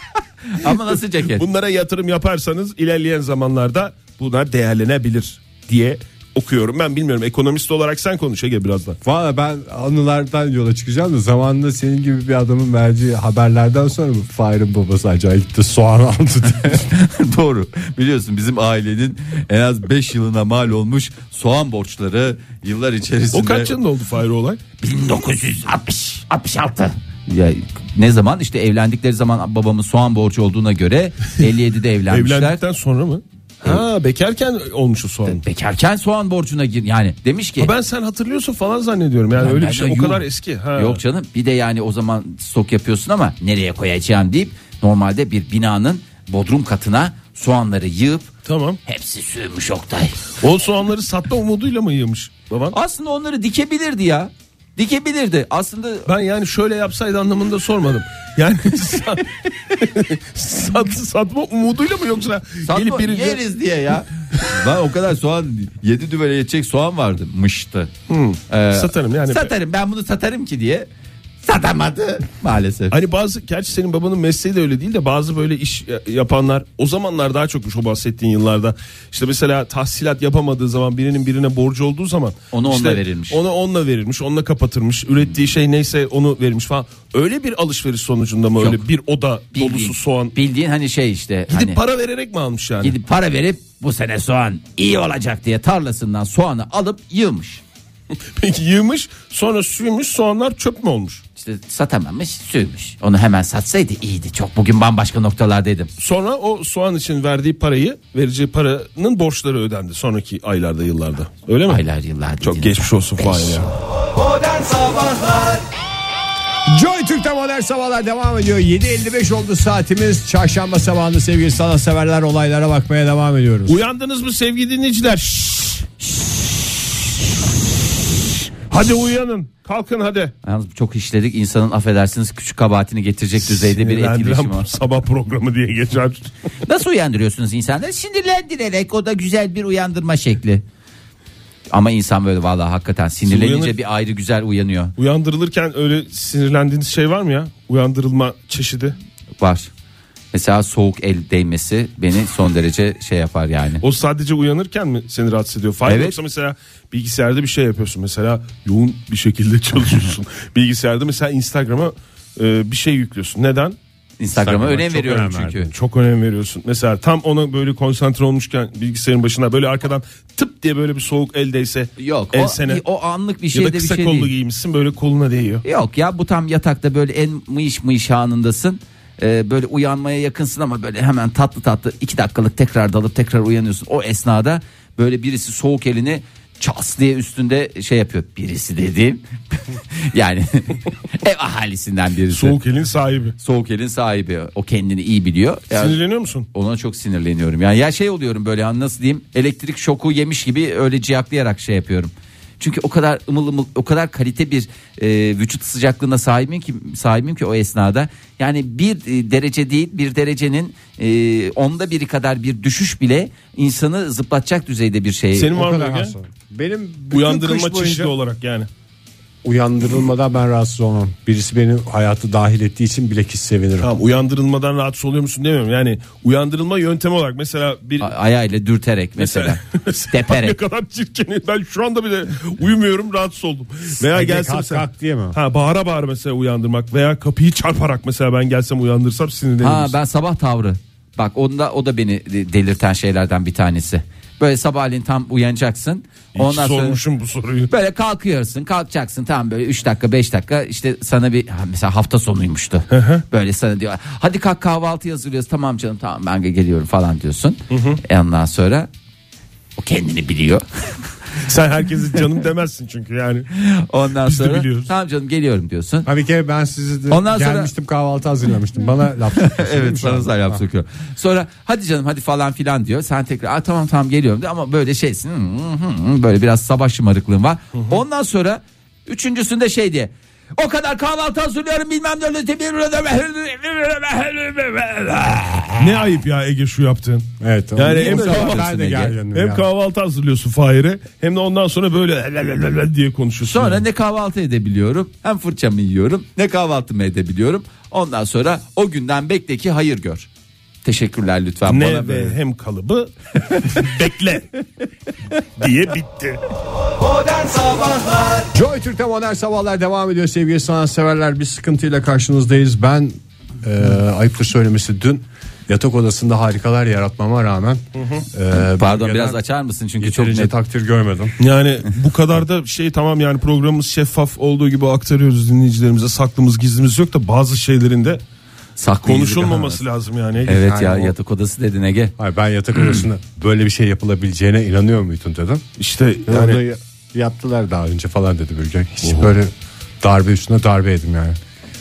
S4: Ama nasıl ceket?
S5: Bunlara yatırım yaparsanız ilerleyen zamanlarda bunlar değerlenebilir diye okuyorum. Ben bilmiyorum ekonomist olarak sen konuş Ege birazdan.
S3: Valla ben anılardan yola çıkacağım da zamanında senin gibi bir adamın verdiği haberlerden sonra mı Fahir'in babası acayip gitti soğan aldı diye.
S4: Doğru. Biliyorsun bizim ailenin en az 5 yılına mal olmuş soğan borçları yıllar içerisinde.
S5: O kaç yılında oldu Fahri olay?
S4: 1960 66. Ya ne zaman işte evlendikleri zaman babamın soğan borcu olduğuna göre 57'de evlenmişler.
S5: Evlendikten sonra mı? Ha bekarken olmuş o soğan.
S4: Bekarken soğan borcuna gir yani demiş ki
S5: Ya Ben sen hatırlıyorsun falan zannediyorum. Yani
S4: Ben-
S5: öyle
S4: ben
S5: bir şey
S4: de
S5: o
S4: yok.
S5: kadar eski. Ha.
S4: Yok canım bir de yani o zaman stok yapıyorsun ama nereye koyacağım deyip normalde bir binanın bodrum katına soğanları yığıp
S5: Tamam.
S4: hepsi sürmüş Oktay.
S5: O soğanları satma umuduyla mı yığmış baban?
S4: Aslında onları dikebilirdi ya. Dikebilirdi. Aslında
S5: Ben yani şöyle yapsaydı anlamında sormadım. Yani sat, sat- satma umuduyla mı yoksa
S4: Satma,
S5: gelip birinci...
S4: yeriz diye ya. ben o kadar soğan yedi düvele yetecek soğan vardı mıştı. Ee,
S5: Satarım yani.
S4: Satarım ben bunu satarım ki diye. satamadı maalesef.
S5: Hani bazı gerçi senin babanın mesleği de öyle değil de bazı böyle iş ya- yapanlar o zamanlar daha çokmuş o bahsettiğin yıllarda. İşte mesela tahsilat yapamadığı zaman birinin birine borcu olduğu zaman
S4: Onu onunla
S5: işte
S4: verilmiş.
S5: Onu onunla verilmiş, onunla kapatırmış. Ürettiği şey neyse onu verilmiş falan. Öyle bir alışveriş sonucunda mı öyle bir oda dolusu soğan
S4: Bildiğin hani şey işte.
S5: gidip
S4: hani,
S5: para vererek mi almış yani?
S4: gidip para verip bu sene soğan iyi olacak diye tarlasından soğanı alıp yığmış.
S5: Peki yığmış, sonra suymuş, soğanlar çöp mü olmuş?
S4: İşte satamamış sürmüş. Onu hemen satsaydı iyiydi. Çok bugün bambaşka noktalardaydım.
S5: Sonra o soğan için verdiği parayı, vereceği paranın borçları ödendi sonraki aylarda, yıllarda. Öyle mi?
S4: Aylar yıllar.
S5: Çok
S4: dediğin-
S5: geçmiş olsun Fahir ya.
S2: Modern Sabahlar
S3: Joy Türk'te modern sabahlar devam ediyor. 7.55 oldu saatimiz. Çarşamba sabahında sevgili sana severler olaylara bakmaya devam ediyoruz.
S5: Uyandınız mı sevgili dinleyiciler? Şşş. Hadi uyanın. Kalkın hadi.
S4: Yalnız çok işledik insanın affedersiniz küçük kabahatini getirecek düzeyde bir
S5: Sinirlendiren
S4: etkileşim var.
S5: Sabah programı diye geçer.
S4: Nasıl uyandırıyorsunuz insanları? Sinirlendirerek o da güzel bir uyandırma şekli. Ama insan böyle vallahi hakikaten sinirlenince
S5: Uyanır-
S4: bir ayrı güzel uyanıyor.
S5: Uyandırılırken öyle sinirlendiğiniz şey var mı ya? Uyandırılma çeşidi.
S4: Var. Mesela soğuk el değmesi beni son derece şey yapar yani.
S5: O sadece uyanırken mi seni rahatsız ediyor? Fahir
S4: Evet.
S5: yoksa mesela bilgisayarda bir şey yapıyorsun. Mesela yoğun bir şekilde çalışıyorsun. bilgisayarda mesela Instagram'a e, bir şey yüklüyorsun. Neden?
S4: Instagram'a önem
S5: çok
S4: veriyorum
S5: önem
S4: çünkü.
S5: verdin. Çok önem veriyorsun. Mesela tam ona böyle konsantre olmuşken bilgisayarın başına böyle arkadan tıp diye böyle bir soğuk eldeyse
S4: Yok o,
S5: ensene
S4: o anlık bir
S5: ya
S4: şey
S5: da
S4: de bir
S5: kısa
S4: şey
S5: kollu
S4: değil.
S5: giymişsin böyle koluna değiyor.
S4: Yok ya bu tam yatakta böyle en mıyış mıyış anındasın. Ee, böyle uyanmaya yakınsın ama böyle hemen tatlı tatlı iki dakikalık tekrar dalıp tekrar uyanıyorsun. O esnada böyle birisi soğuk elini ças diye üstünde şey yapıyor. Birisi dediğim yani ev ahalisinden birisi. Soğuk.
S5: Soğuk elin sahibi.
S4: elin sahibi o kendini iyi biliyor. Yani
S5: Sinirleniyor musun?
S4: ona çok sinirleniyorum. Yani ya şey oluyorum böyle hani nasıl diyeyim elektrik şoku yemiş gibi öyle ciyaklayarak şey yapıyorum. Çünkü o kadar ımıl ımıl o kadar kalite bir e, vücut sıcaklığına sahibim ki sahibim ki o esnada. Yani bir e, derece değil bir derecenin e, onda biri kadar bir düşüş bile insanı zıplatacak düzeyde bir şey.
S5: Senin var mı
S3: kadar
S5: Ege?
S3: rahatsız oldum. Benim bütün
S5: Uyandırılma
S3: kış boyunca-
S5: çeşidi olarak yani.
S3: Uyandırılmadan ben rahatsız olmam. Birisi beni hayatı dahil ettiği için bilekis sevinirim.
S5: Tamam uyandırılmadan rahatsız oluyor musun demiyorum. Yani uyandırılma yöntemi olarak mesela bir
S4: A- ayağıyla dürterek mesela.
S5: ne
S4: Teperek.
S5: kadar çirkin. Ben şu anda bile uyumuyorum rahatsız oldum. Veya
S3: Ege
S5: gelse
S3: kalk,
S5: mesela.
S3: kalk diye mi?
S5: Ha bağıra bağıra mesela uyandırmak veya kapıyı çarparak mesela ben gelsem uyandırsam sinirlenir.
S4: Ha
S5: misin?
S4: ben sabah tavrı. Bak onda o da beni de- delirten şeylerden bir tanesi. Böyle sabahleyin tam uyanacaksın.
S5: Hiç sormuşum bu soruyu.
S4: Böyle kalkıyorsun kalkacaksın tam böyle 3 dakika 5 dakika işte sana bir ha, mesela hafta sonuymuştu. böyle sana diyor hadi kalk kahvaltı hazırlıyoruz tamam canım tamam ben geliyorum falan diyorsun. E ondan sonra o kendini biliyor.
S5: Sen herkese canım demezsin çünkü yani.
S4: Ondan
S5: Biz de
S4: sonra
S5: biliyoruz.
S4: tamam canım geliyorum diyorsun.
S3: Ha bir kere ben sizi de
S4: Ondan sonra-
S3: gelmiştim kahvaltı hazırlamıştım. Bana laf
S4: evet sana zarar sokuyor. Sonra hadi canım hadi falan filan diyor. Sen tekrar "Aa, tamam tamam geliyorum diyor ama böyle şeysin. hı, hı, hı, Böyle biraz sabah şımarıklığın var. Ondan sonra üçüncüsünde şey diye. O kadar kahvaltı hazırlıyorum bilmem ne öyle
S5: Ne ayıp ya Ege şu yaptığın.
S3: Evet.
S5: Yani
S3: Niye
S5: hem
S3: böyle
S5: kahvaltı-
S3: ben de
S4: Ege?
S3: gergindim
S5: Hem
S3: ya.
S5: kahvaltı hazırlıyorsun Fahir'e hem de ondan sonra böyle diye konuşuyorsun.
S4: Sonra
S5: Yani.
S4: ne kahvaltı edebiliyorum hem fırçamı yiyorum ne kahvaltımı edebiliyorum. Ondan sonra o günden bekle ki hayır gör. Teşekkürler lütfen
S5: ne
S4: bana
S5: ve
S4: böyle.
S5: hem kalıbı bekle diye bitti.
S2: Modern Sabahlar
S3: Joy Türk'te modern sabahlar devam ediyor sevgili sanatseverler. Bir sıkıntıyla karşınızdayız. Ben e, ayıptır söylemesi dün yatak odasında harikalar yaratmama rağmen e,
S4: Pardon
S3: bölgeden
S4: biraz açar mısın çünkü çok
S3: yeterince
S4: net.
S3: takdir görmedim.
S5: Yani bu kadar da şey tamam yani programımız şeffaf olduğu gibi aktarıyoruz dinleyicilerimize saklımız gizlimiz yok da bazı şeylerin de
S4: Saklı
S5: konuşulmaması lazım yani. Ege.
S4: Evet
S3: Yani
S4: ya
S3: o-
S4: yatak odası dedin Ege.
S3: Hayır ben yatak
S4: Hmm.
S3: odasında böyle bir şey yapılabileceğine inanıyor muydun dedim.
S5: İşte
S3: Yani
S5: yani
S3: yaptılar daha önce falan dedi bir gün. Hiç böyle darbe üstüne darbe yedim yani.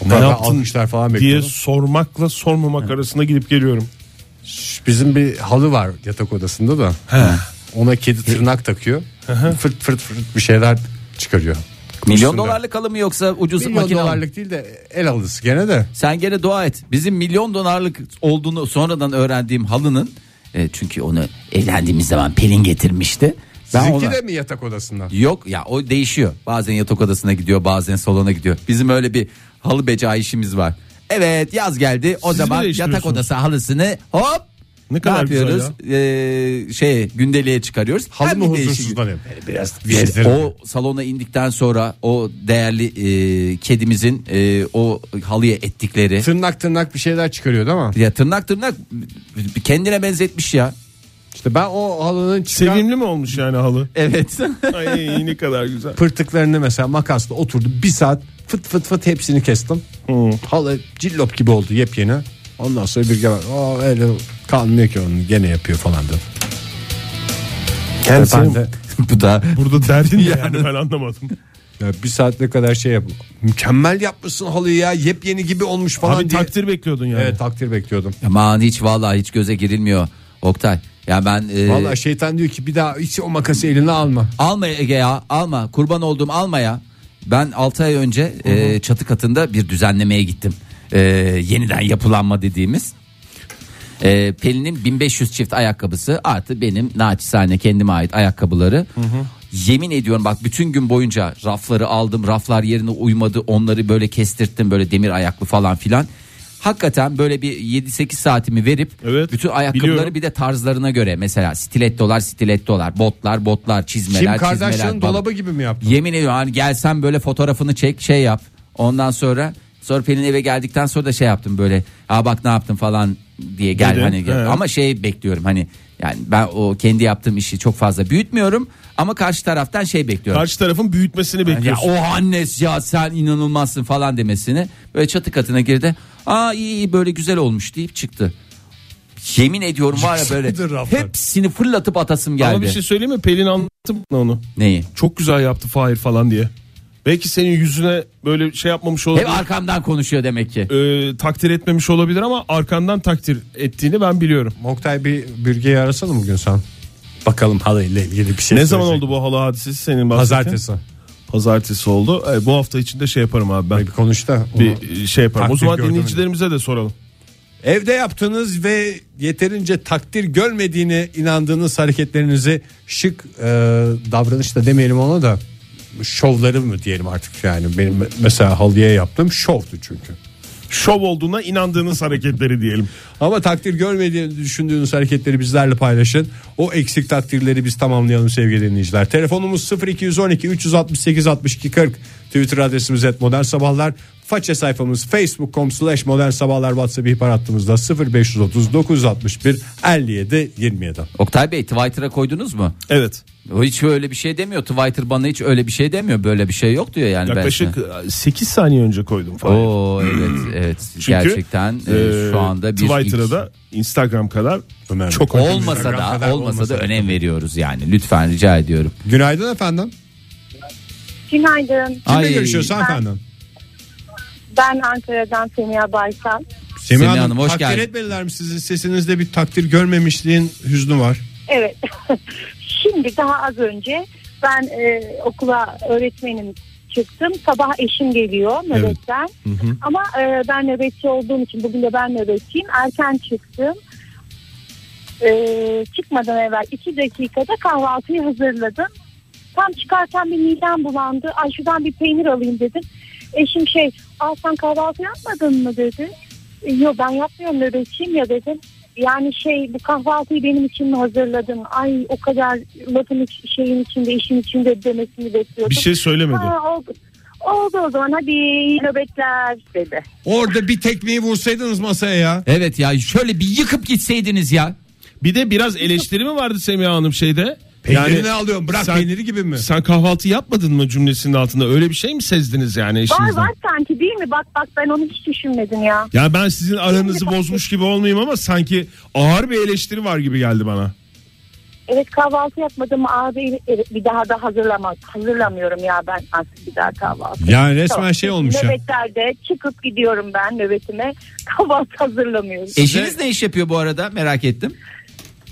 S3: O
S5: ne
S3: kadar
S5: yaptın
S3: alkışlar falan
S5: diye
S3: bekliyordum.
S5: sormakla sormamak arasında gidip geliyorum.
S3: Bizim bir halı var yatak odasında da. Ona kedi tırnak takıyor. fırt fırt fırt bir şeyler çıkarıyor.
S4: Milyon
S3: Üstünde.
S4: dolarlık halı mı yoksa ucuz
S3: Milyon
S4: makine halı mı?
S3: dolarlık değil de el halısı gene de.
S4: Sen gene dua et. Bizim milyon dolarlık olduğunu sonradan öğrendiğim halının e, çünkü onu evlendiğimiz zaman Pelin getirmişti. Ben
S3: Sizinki
S4: ona-
S3: de mi yatak odasında?
S4: Yok ya o değişiyor. Bazen yatak odasına gidiyor, bazen salona gidiyor. Bizim öyle bir halı beca işimiz var. Evet yaz geldi o
S5: Siz mi
S4: zaman yatak
S5: değiştiriyorsunuz?
S4: odası halısını hop
S5: Ne kadar güzel
S4: yapıyoruz? Ee, şey gündeliğe çıkarıyoruz.
S3: Halı
S4: Hem
S3: mı
S4: bir değişik-
S3: huzursuzdan hep? Biraz
S4: İşte o salona indikten sonra o değerli e, kedimizin e, o halıya ettikleri
S3: Tırnak tırnak bir şeyler çıkarıyordu ama.
S4: ya tırnak tırnak kendine benzetmiş ya.
S3: İşte ben o halının çıkan
S5: Sevimli mi olmuş yani halı?
S4: Evet.
S5: Ay ne kadar güzel.
S3: pırtıklarını mesela makasla oturdum bir saat fıt fıt fıt hepsini kestim. Halı cillop gibi oldu yepyeni. Ondan sonra bir gel Aa öyle kalmıyor ki onu gene yapıyor falan dedi.
S5: Kendisi
S3: ben de
S4: Bu da
S5: Burada derdin ne yani ben anlamadım.
S3: ya bir saatle kadar şey yap. Mükemmel yapmışsın halıyı ya yepyeni gibi olmuş falan
S5: Abi
S3: diye.
S5: takdir bekliyordun yani.
S3: Evet takdir bekliyordum.
S4: aman hiç vallahi hiç göze girilmiyor Oktay. Ya ben e,
S3: Vallahi şeytan diyor ki bir daha hiç o makası eline alma.
S4: Alma Ege ya alma kurban olduğum alma ya. Ben 6 ay önce e, çatı katında bir düzenlemeye gittim. E, yeniden yapılanma dediğimiz. E, Pelin'in 1500 çift ayakkabısı artı benim naçizane kendime ait ayakkabıları. Yemin ediyorum bak bütün gün boyunca rafları aldım raflar yerine uymadı onları böyle kestirttim böyle demir ayaklı falan filan. Hakikaten böyle bir 7-8 saatimi verip
S5: Evet,
S4: bütün ayakkabıları
S5: biliyorum.
S4: bir de tarzlarına göre mesela stilettolar stilettolar botlar botlar çizme
S3: Kim
S4: çizmeler,
S3: Kardashian'ın
S4: çizmeler,
S3: dolabı
S4: bab-
S3: gibi mi yaptın?
S4: Yemin ediyorum hani gelsen böyle fotoğrafını çek şey yap. Ondan sonra sonra Pelin eve geldikten sonra da şey yaptım böyle. Aa bak ne yaptım falan diye gel
S5: Dedin,
S4: hani. gel.
S5: evet.
S4: Ama şey bekliyorum hani yani ben o kendi yaptığım işi çok fazla büyütmüyorum ama karşı taraftan şey bekliyorum.
S5: Karşı tarafın büyütmesini
S4: ya
S5: bekliyorsun.
S4: o annes ya sen inanılmazsın falan demesini böyle çatı katına girdi. Aa iyi iyi böyle güzel olmuş deyip çıktı. Yemin ediyorum var ya böyle
S3: Çıktı raflar.
S4: hepsini fırlatıp atasım geldi.
S5: Ama bir şey söyleyeyim mi? Pelin anlattım bana onu.
S4: Neyi?
S5: Çok güzel yaptı Fahir falan diye. Belki senin yüzüne böyle şey yapmamış olabilir.
S4: Hep arkamdan konuşuyor demek ki.
S5: e, takdir etmemiş olabilir ama arkandan takdir ettiğini ben biliyorum.
S3: Moktay bir bürgeyi arasana bugün sen. Bakalım halıyla ilgili bir şey
S5: ne zaman
S3: söyleyecek.
S5: oldu bu halı hadisesi senin bahsettiğin?
S3: Pazartesi.
S5: Pazartesi oldu. E, bu hafta içinde şey yaparım abi ben.
S3: Bir konuş da onu-
S5: bir e, şey yaparım. O
S3: Takdir
S5: zaman
S3: gördüm.
S5: dinleyicilerimize de soralım.
S3: Evde yaptığınız ve yeterince takdir görmediğine inandığınız hareketlerinizi şık e, davranış da demeyelim ona da şovları mı diyelim artık yani benim mesela halıya yaptığım şovdu çünkü.
S5: Şov olduğuna inandığınız hareketleri diyelim.
S3: Ama takdir görmediğini düşündüğünüz hareketleri bizlerle paylaşın. O eksik takdirleri biz tamamlayalım sevgili dinleyiciler. Telefonumuz 0212 368 62 40. Twitter adresimiz et modern sabahlar. Faça sayfamız facebook.com slash modern sabahlar whatsapp ihbar hattımızda 0530 961 57 27.
S4: Oktay Bey Twitter'a koydunuz mu?
S5: Evet.
S4: O hiç öyle bir şey demiyor. Twitter bana hiç öyle bir şey demiyor. Böyle bir şey yok diyor yani. ben
S5: Yaklaşık
S4: size.
S5: 8 saniye önce koydum falan.
S4: Oo evet evet.
S5: Çünkü,
S4: Gerçekten e,
S5: e,
S4: şu anda bir
S5: Twitter'da da Instagram kadar
S3: Önemli.
S5: çok
S4: Olmasa
S5: önemli.
S4: da
S3: Instagram
S4: olmasa
S3: kadar
S4: da
S3: olmasa da.
S4: önem veriyoruz yani. Lütfen rica ediyorum.
S3: Günaydın efendim.
S6: Günaydın.
S3: Kimle
S4: Ay,
S3: görüşüyorsun efendim?
S6: Ben Ankara'dan Semiha Baysal.
S3: Semih
S4: Hanım,
S3: Hanım,
S4: hoş
S3: takdir
S4: geldin.
S3: etmediler mi sizin sesinizde bir takdir görmemişliğin hüznü var.
S6: Evet. Şimdi daha az önce ben e, okula öğretmenim çıktım. Sabah eşim geliyor nöbetten. Ama e, ben nöbetçi olduğum için bugün de ben nöbetçiyim. Erken çıktım. E, çıkmadan evvel iki dakikada kahvaltıyı hazırladım. Tam çıkarken bir midem bulandı. Ay şuradan bir peynir alayım dedim. Eşim şey Aa, sen kahvaltı yapmadın mı dedi. E, Yok ben yapmıyorum nöbetçiyim ya dedim. Yani şey bu kahvaltıyı benim için mi hazırladın? Ay o kadar lafın iç- şeyin içinde işin içinde demesini bekliyordum.
S5: Bir şey söylemedi.
S6: Aa, oldu. oldu o zaman hadi iyi nöbetler dedi.
S3: Orada bir tekmeyi vursaydınız masaya ya.
S4: Evet ya şöyle bir yıkıp gitseydiniz ya.
S5: Bir de biraz eleştiri mi vardı Semiha Hanım şeyde?
S3: Peynirini alıyorum bırak
S5: sen-
S3: peyniri gibi mi?
S5: Sen kahvaltı yapmadın mı cümlesinin altında? Öyle bir şey mi sezdiniz yani
S6: Var
S5: eşinizden?
S6: var sanki değil mi? Bak bak ben onu hiç düşünmedim ya.
S5: Ya ben sizin aranızı bozmuş gibi olmayayım ama sanki ağır bir eleştiri var gibi geldi bana.
S6: Evet kahvaltı yapmadım abi evet, bir daha da hazırlamaz. Hazırlamıyorum ya ben artık bir daha kahvaltı.
S3: Yani resmen
S6: Tamam.
S3: şey olmuş ya.
S6: Nöbetlerde çıkıp gidiyorum ben nöbetime. Kahvaltı hazırlamıyorum.
S3: E-
S4: Eşiniz ne iş yapıyor bu arada merak ettim.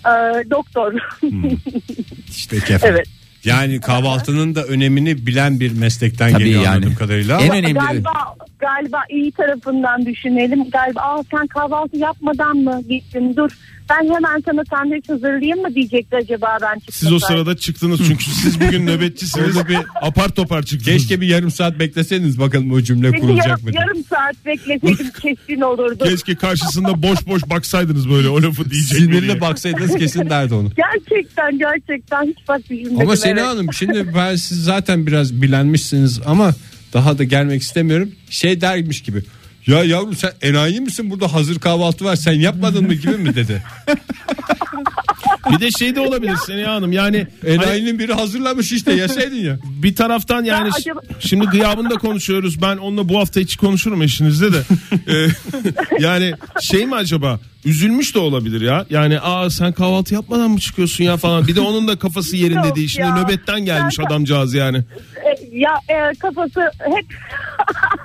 S6: Ee, doktor.
S3: Peki efendim.
S6: evet.
S3: Yani kahvaltının da önemini bilen bir meslekten
S4: Tabii
S3: geliyor
S4: yani.
S3: anladığım kadarıyla.
S4: En
S3: Ama
S4: önemli
S6: Galiba
S7: galiba iyi tarafından düşünelim. Galiba Aa, sen kahvaltı yapmadan mı gittin dur ben hemen sana sandviç hazırlayayım mı diyecekti acaba ben
S5: Siz o
S7: çıkmasaydım.
S5: sırada çıktınız çünkü siz bugün nöbetçisiniz. bir apar topar çıktınız.
S3: Keşke bir yarım saat bekleseniz bakalım o cümle
S7: Peki
S3: kurulacak
S7: yarım,
S3: mı? diye.
S7: yarım saat bekleseydim kesin olurdu.
S5: Keşke karşısında boş boş baksaydınız böyle o lafı diyecek mi diye.
S3: Sinirle baksaydınız kesin derdi onu.
S7: Gerçekten gerçekten hiç bak düşünmedim.
S3: Ama Sena
S7: evet.
S3: Hanım şimdi ben siz zaten biraz bilenmişsiniz ama daha da gelmek istemiyorum. Şey dermiş gibi. Ya yavrum sen enayi misin burada hazır kahvaltı var sen yapmadın mı gibi mi dedi.
S5: Bir de şey de olabilir Sena Hanım yani hani
S3: Enayinin biri hazırlamış işte yeseydin ya.
S5: bir taraftan yani
S7: Ya
S5: şi-
S7: acaba-
S5: şimdi gıyabında konuşuyoruz. Ben onunla bu hafta hiç konuşurum eşinizle de. Ee, yani şey mi acaba üzülmüş de olabilir ya. Yani aa sen kahvaltı yapmadan mı çıkıyorsun ya falan. Bir de onun da kafası yerinde
S7: Yok
S5: değil. Şimdi
S7: ya.
S5: nöbetten gelmiş
S7: Ben-
S5: adamcağız yani.
S7: E, ya e, kafası hep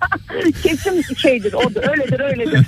S7: kesin şeydir o da öyledir öyledir.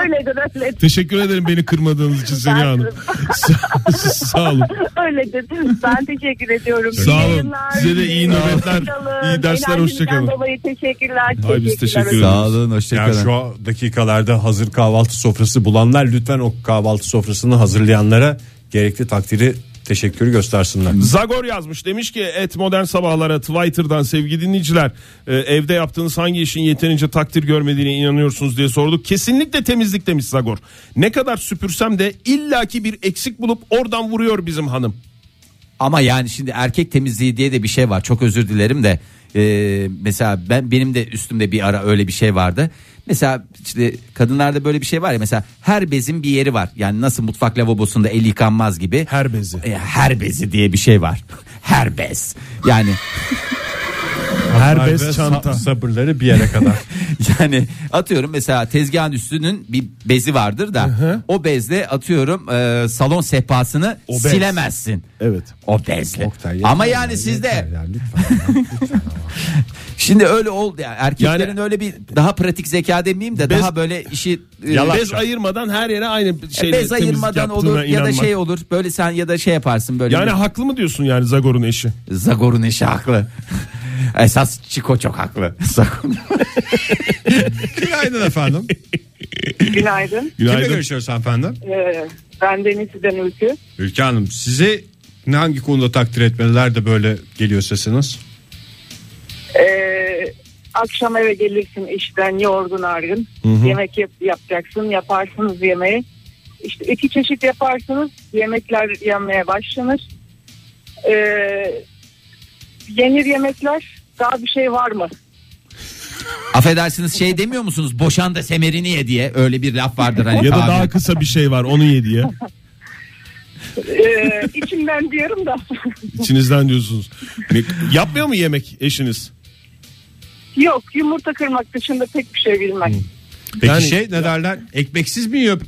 S7: öyledir öyledir.
S5: Teşekkür ederim beni kırmadığınız için Sena Hanım. Sa- Sağ olun.
S7: Öyledir. Ben teşekkür ediyorum.
S5: Sağ
S7: İyi
S5: olun.
S7: yayınlar.
S5: Size de iyi nöbetler,
S7: Hoşçakalın.
S5: iyi dersler, hoşçakalın.
S7: Enerjinizden dolayı teşekkürler.
S5: Ay, biz teşekkür ederiz.
S4: Sağ olun
S3: Yani
S4: hoşçakalın.
S3: şu an dakikalarda hazır kahvaltı sofrası bulanlar lütfen o kahvaltı sofrasını hazırlayanlara gerekli takdiri teşekkürü göstersinler.
S8: Zagor yazmış demiş ki et modern sabahlara Twitter'dan sevgili dinleyiciler e, evde yaptığınız hangi işin yeterince takdir görmediğine inanıyorsunuz diye sorduk. Kesinlikle temizlik demiş Zagor. Ne kadar süpürsem de illaki bir eksik bulup oradan vuruyor bizim hanım.
S4: Ama yani şimdi erkek temizliği diye de bir şey var. Çok özür dilerim de. e, mesela ben benim de üstümde bir ara öyle bir şey vardı. Mesela işte kadınlarda böyle bir şey var ya mesela her bezin bir yeri var. Yani nasıl mutfak lavabosunda el yıkanmaz gibi.
S5: Her bezi.
S4: E, her bezi diye bir şey var. Her bez. Yani
S5: Her
S3: Ve
S5: bez
S3: sa-
S5: çanta.
S3: sabırları bir yere kadar.
S4: yani atıyorum mesela tezgahın üstünün bir bezi vardır da o bezle atıyorum e, salon sehpasını
S5: bez.
S4: silemezsin.
S5: Evet.
S4: O bezle.
S3: Oktay,
S4: Ama
S3: yeter
S4: yani
S3: ya,
S4: sizde
S3: yeter ya, lütfen ya.
S4: Şimdi öyle oldu ya. Erkeklerin öyle bir daha pratik zeka demeyeyim de daha böyle işi e,
S5: Bez ayırmadan her yere aynı
S4: e,
S5: şeyle
S4: bez ayırmadan olur ya da şey olur. Böyle sen ya da şey yaparsın böyle.
S5: Yani
S4: bir-
S5: haklı mı diyorsun yani Zagor'un eşi?
S4: Zagor'un eşi haklı. Esas Çiko çok haklı. Zagor'un-
S3: Günaydın efendim.
S6: Günaydın.
S3: Kimle görüşüyoruz efendim?
S6: Ee, ben Deniz Sizden Ülkü.
S3: Ülke Hanım sizi ne hangi konuda takdir etmeler de böyle geliyor sesiniz?
S6: Ee, akşam eve gelirsin işten yorgun argın. Yemek yap- yapacaksın. Yaparsınız yemeği. İşte iki çeşit yaparsınız. Yemekler yanmaya başlanır. Ee, yenir yemekler. Daha bir şey var mı?
S4: Affedersiniz şey demiyor musunuz? Boşan da semerini ye diye. Öyle bir laf vardır hani.
S5: Ya da
S4: tabir-
S5: daha kısa bir şey var onu ye diye.
S6: Ee, içimden diyorum da.
S5: İçinizden diyorsunuz. Ne- Yapmıyor mu yemek eşiniz?
S6: Yok yumurta kırmak dışında pek bir şey bilmem.
S3: Peki
S5: Yani-
S3: şey ne derler? Ekmeksiz mi yiyor?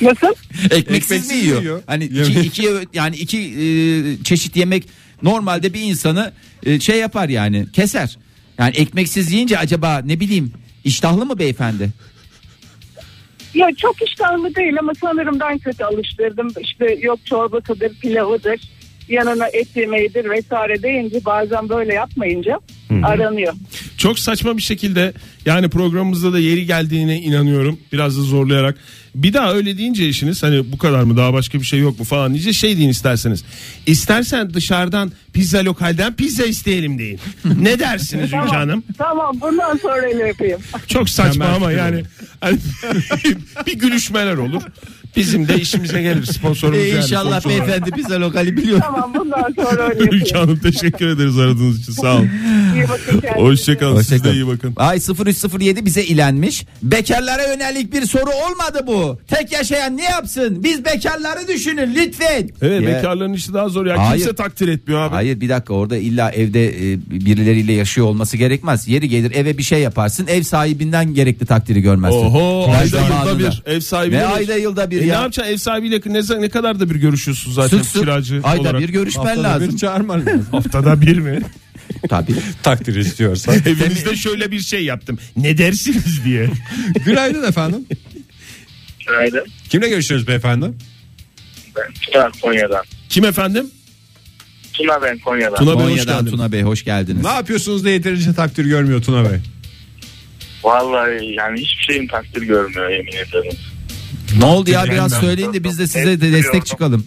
S6: Nasıl?
S4: Ekmeksiz,
S3: Ekmeksiz
S4: mi yiyor?
S3: yiyor.
S4: Hani iki, iki yani iki e, çeşit yemek normalde bir insanı e, şey yapar yani keser. Yani ekmeksiz yiyince acaba ne bileyim iştahlı mı beyefendi?
S6: Ya çok iştahlı değil ama sanırım ben kötü alıştırdım. İşte yok çorbasıdır, pilavıdır, yanına et yemeğidir vesaire deyince bazen böyle yapmayınca aranıyor.
S5: Çok saçma bir şekilde yani programımızda da yeri geldiğine inanıyorum. Biraz da zorlayarak. Bir daha öyle deyince eşiniz hani bu kadar mı daha başka bir şey yok mu falan diyece şey deyin isterseniz. İstersen dışarıdan pizza lokalden pizza isteyelim deyin. ne dersiniz Ülke Hanım?
S6: Tamam bundan sonra öyle yapayım.
S5: Çok saçma ama yani hani bir gülüşmeler olur. Bizim de işimize gelir sponsorumuz yani.
S4: E, inşallah
S5: sonuç olarak.
S4: beyefendi pizza lokali biliyor.
S6: tamam bundan sonra öyle
S5: Ülke
S6: yapayım.
S5: Hanım teşekkür ederiz aradığınız için sağ olun.
S6: İyi bakın kendinize.
S5: Hoşçakalın siz de iyi bakın.
S4: Ay 0307 bize ilenmiş. Bekarlara yönelik bir soru olmadı bu. Tek yaşayan ne yapsın? Biz bekarları düşünün lütfen.
S5: Evet
S4: Ya-
S5: bekarların işi daha zor ya.
S4: Hayır.
S5: Kimse takdir etmiyor abi.
S4: Hayır bir dakika orada illa evde e, birileriyle yaşıyor olması gerekmez. Yeri gelir eve bir şey yaparsın ev sahibinden gerekli takdiri görmezsin.
S5: Oho
S4: Ya
S5: ayda
S4: zamanında.
S5: yılda bir ev sahibi.
S4: Ne ayda yılda bir
S5: E, ne
S4: ya?
S5: yapacaksın ev sahibiyle ne, ne kadar da bir görüşüyorsun zaten
S4: Sık sık
S5: kiracı
S4: ayda
S5: olarak.
S4: bir görüşmen lazım.
S3: çağırman lazım.
S5: Haftada bir mi?
S4: Tabii.
S3: takdir istiyorsan.
S5: Evinizde şöyle bir şey yaptım. Ne dersiniz diye.
S3: Günaydın efendim.
S9: Günaydın.
S3: Kimle görüşüyoruz beyefendi?
S9: Ben Çınar Konya'dan.
S5: Kim efendim?
S10: Tuna ben Konya'dan.
S8: Tuna Bey hoş
S4: Konya'dan
S8: geldin.
S4: Tuna Bey hoş geldiniz.
S3: Ne yapıyorsunuz da yeterince takdir görmüyor Tuna Bey?
S10: Vallahi yani hiçbir şeyin takdir görmüyor yemin ederim.
S4: Ne oldu ya biraz
S10: Ben-
S4: söyleyin de biz de size
S10: Evet,
S4: de destek
S10: biliyorum.
S4: çıkalım.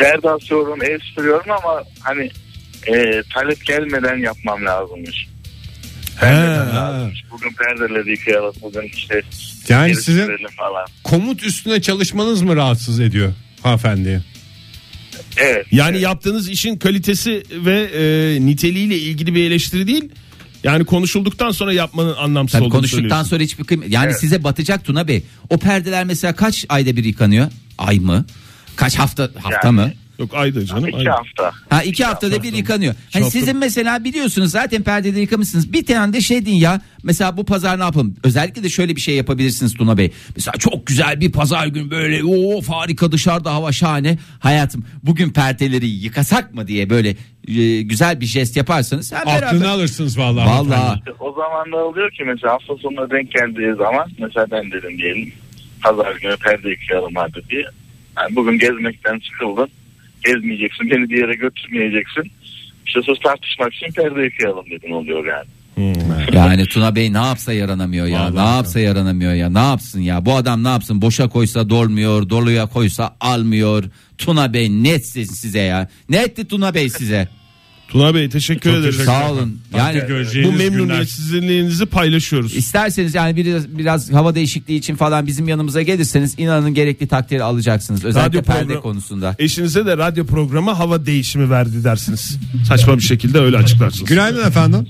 S10: Dert asıyorum, el sürüyorum ama hani e, talep gelmeden yapmam lazımmış. Perdeler lazımmış. Bugün perdeleri yıkayalım, bugün işte
S3: Yani
S10: el
S3: sizin-
S10: sürelim falan.
S3: Komut üstüne çalışmanız mı rahatsız ediyor hanımefendiyi?
S10: Evet.
S8: Yani yaptığınız işin kalitesi ve e, niteliğiyle ilgili bir eleştiri değil. Yani konuşulduktan sonra yapmanın anlamsız
S4: Tabii
S8: olduğunu
S4: konuştuktan
S8: söylüyorsun.
S4: sonra hiçbir kıymet. Yani size batacak Tuna Bey. O perdeler mesela kaç ayda bir yıkanıyor? Ay mı? Kaç hafta hafta
S10: Yani.
S4: mı?
S8: Yok ayda canım.
S10: İki
S8: ayda.
S10: hafta.
S4: Ha iki haftada bir yıkanıyor. Hani
S8: hafta-
S4: sizin mesela biliyorsunuz zaten perdede yıkamışsınız. Bir tane de şey deyin ya. Mesela bu pazar ne yapalım? Özellikle de şöyle bir şey yapabilirsiniz Tuna Bey. Mesela çok güzel bir pazar günü böyle o harika dışarıda hava şahane. Hayatım bugün perdeleri yıkasak mı diye böyle e, güzel bir jest yaparsanız hem
S3: Aklını
S4: beraber.
S3: alırsınız vallahi.
S4: Vallahi
S10: İşte o zaman da oluyor ki mesela hafta sonuna denk geldiği zaman mesela ben dedim diyelim pazar günü perde yıkayalım hadi diye. Yani bugün gezmekten sıkıldın. Gezmeyeceksin beni bir yere götürmeyeceksin. İşte söz tartışmak için perde yıkayalım dedim oluyor yani.
S4: yani Tuna Bey ne yapsa yaranamıyor ya. ne yapsa yaranamıyor ya. Ne yapsın ya? Bu adam ne yapsın? Boşa koysa dolmuyor, doluya koysa almıyor. Tuna Bey netsin size ya. Netti Tuna Bey size.
S8: Tuna Bey teşekkür ederiz.
S4: Sağ olun. Yani
S8: Bu
S3: Göreceğiniz günler.
S8: memnuniyetsizliğinizi paylaşıyoruz.
S4: isterseniz yani biraz biraz hava değişikliği için falan bizim yanımıza gelirseniz inanın gerekli takdiri alacaksınız. Özellikle
S8: Radyo
S4: perde
S8: programı-
S4: konusunda.
S8: Eşinize de radyo programı hava değişimi verdi dersiniz. Saçma bir şekilde öyle açıklarsınız.
S3: Günaydın efendim.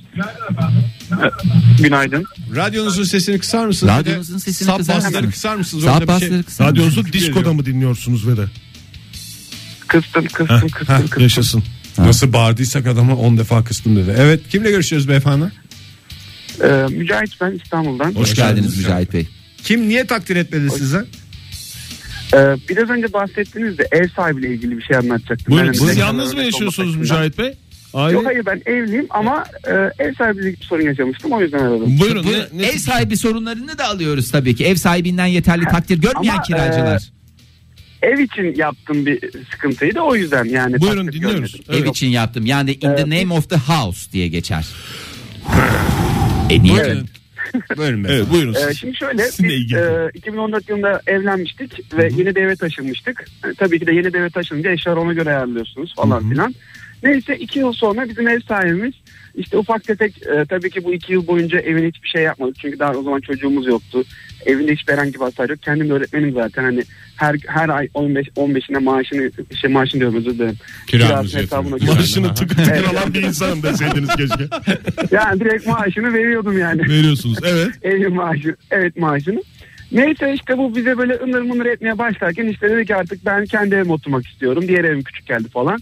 S10: Günaydın.
S3: Radyonuzun sesini kısar mısınız?
S4: Radyonuzun
S3: Bir de
S4: sesini
S3: sap
S4: kısar
S3: basları
S4: mısınız?
S3: kısar mısınız?
S4: Sap
S8: şey-
S3: Orada bir şey-
S4: basları kısar
S8: Radyonuzu diskoda mı dinliyorsunuz ve de?
S10: Kıstım kıstım kıstım kıstım.
S8: Yaşasın.
S3: Nasıl bağırdıysak adama 10 defa kıstım dedi. Evet kimle görüşüyoruz beyefendi?
S10: Ee, Mücahit ben İstanbul'dan.
S4: Hoş geldiniz Mücahit Bey.
S3: Kim niye takdir etmedi sizi?
S10: Ee, biraz önce bahsettiniz de ev sahibiyle ilgili bir şey anlatacaktım.
S8: Buyurun
S10: Ben
S8: siz
S10: hani-
S8: yalnız mı yaşıyorsunuz Mücahit Bey? Aile.
S10: Yok hayır ben evliyim ama e, ev sahibiyle bir sorun yaşamıştım o yüzden aradım.
S8: Buyurun.
S4: Bu
S8: ne- ne-
S4: ev sahibi sorunlarını da alıyoruz tabii ki. Ev sahibinden yeterli takdir görmeyen
S10: Ama,
S4: kiracılar.
S10: Ev için yaptım bir sıkıntıydı o yüzden yani.
S8: Buyurun,
S10: takdir
S8: dinliyoruz.
S10: görmedim.
S4: Ev
S8: evet.
S4: için yaptım. Yani in the name of the house diye geçer. e niye?
S10: Evet.
S3: Buyurun beyefendi.
S8: Evet buyurun.
S10: Ee,
S8: siz.
S10: şimdi şöyle
S8: Sizinle
S10: biz
S8: ilgili.
S10: e, 2014 yılında evlenmiştik ve yeni bir eve taşınmıştık. E, tabii ki de yeni bir eve taşınınca eşyaları ona göre ayarlıyorsunuz falan filan. Neyse iki yıl sonra bizim ev sahibimiz işte ufak tefek e, tabii ki bu iki yıl boyunca evin hiçbir şey yapmadık. Çünkü daha o zaman çocuğumuz yoktu. Evinde hiçbir herhangi bir hasar yok. Kendim de öğretmenim zaten hani her her ay 15 15'ine maaşını şey maaşını diyorum özür dilerim.
S3: Kiramızı
S10: Kirasını hesabına
S3: yatırıyoruz.
S10: göre-
S8: Maaşını tıkır tıkır alan bir insanım deseydiniz keşke.
S10: Yani direkt maaşını veriyordum yani.
S8: Veriyorsunuz evet.
S10: Evin maaşı, evet maaşını. Neyse işte bu bize böyle ınır mınır etmeye başlarken işte dedi ki artık ben kendi evime oturmak istiyorum. Diğer evim küçük geldi falan.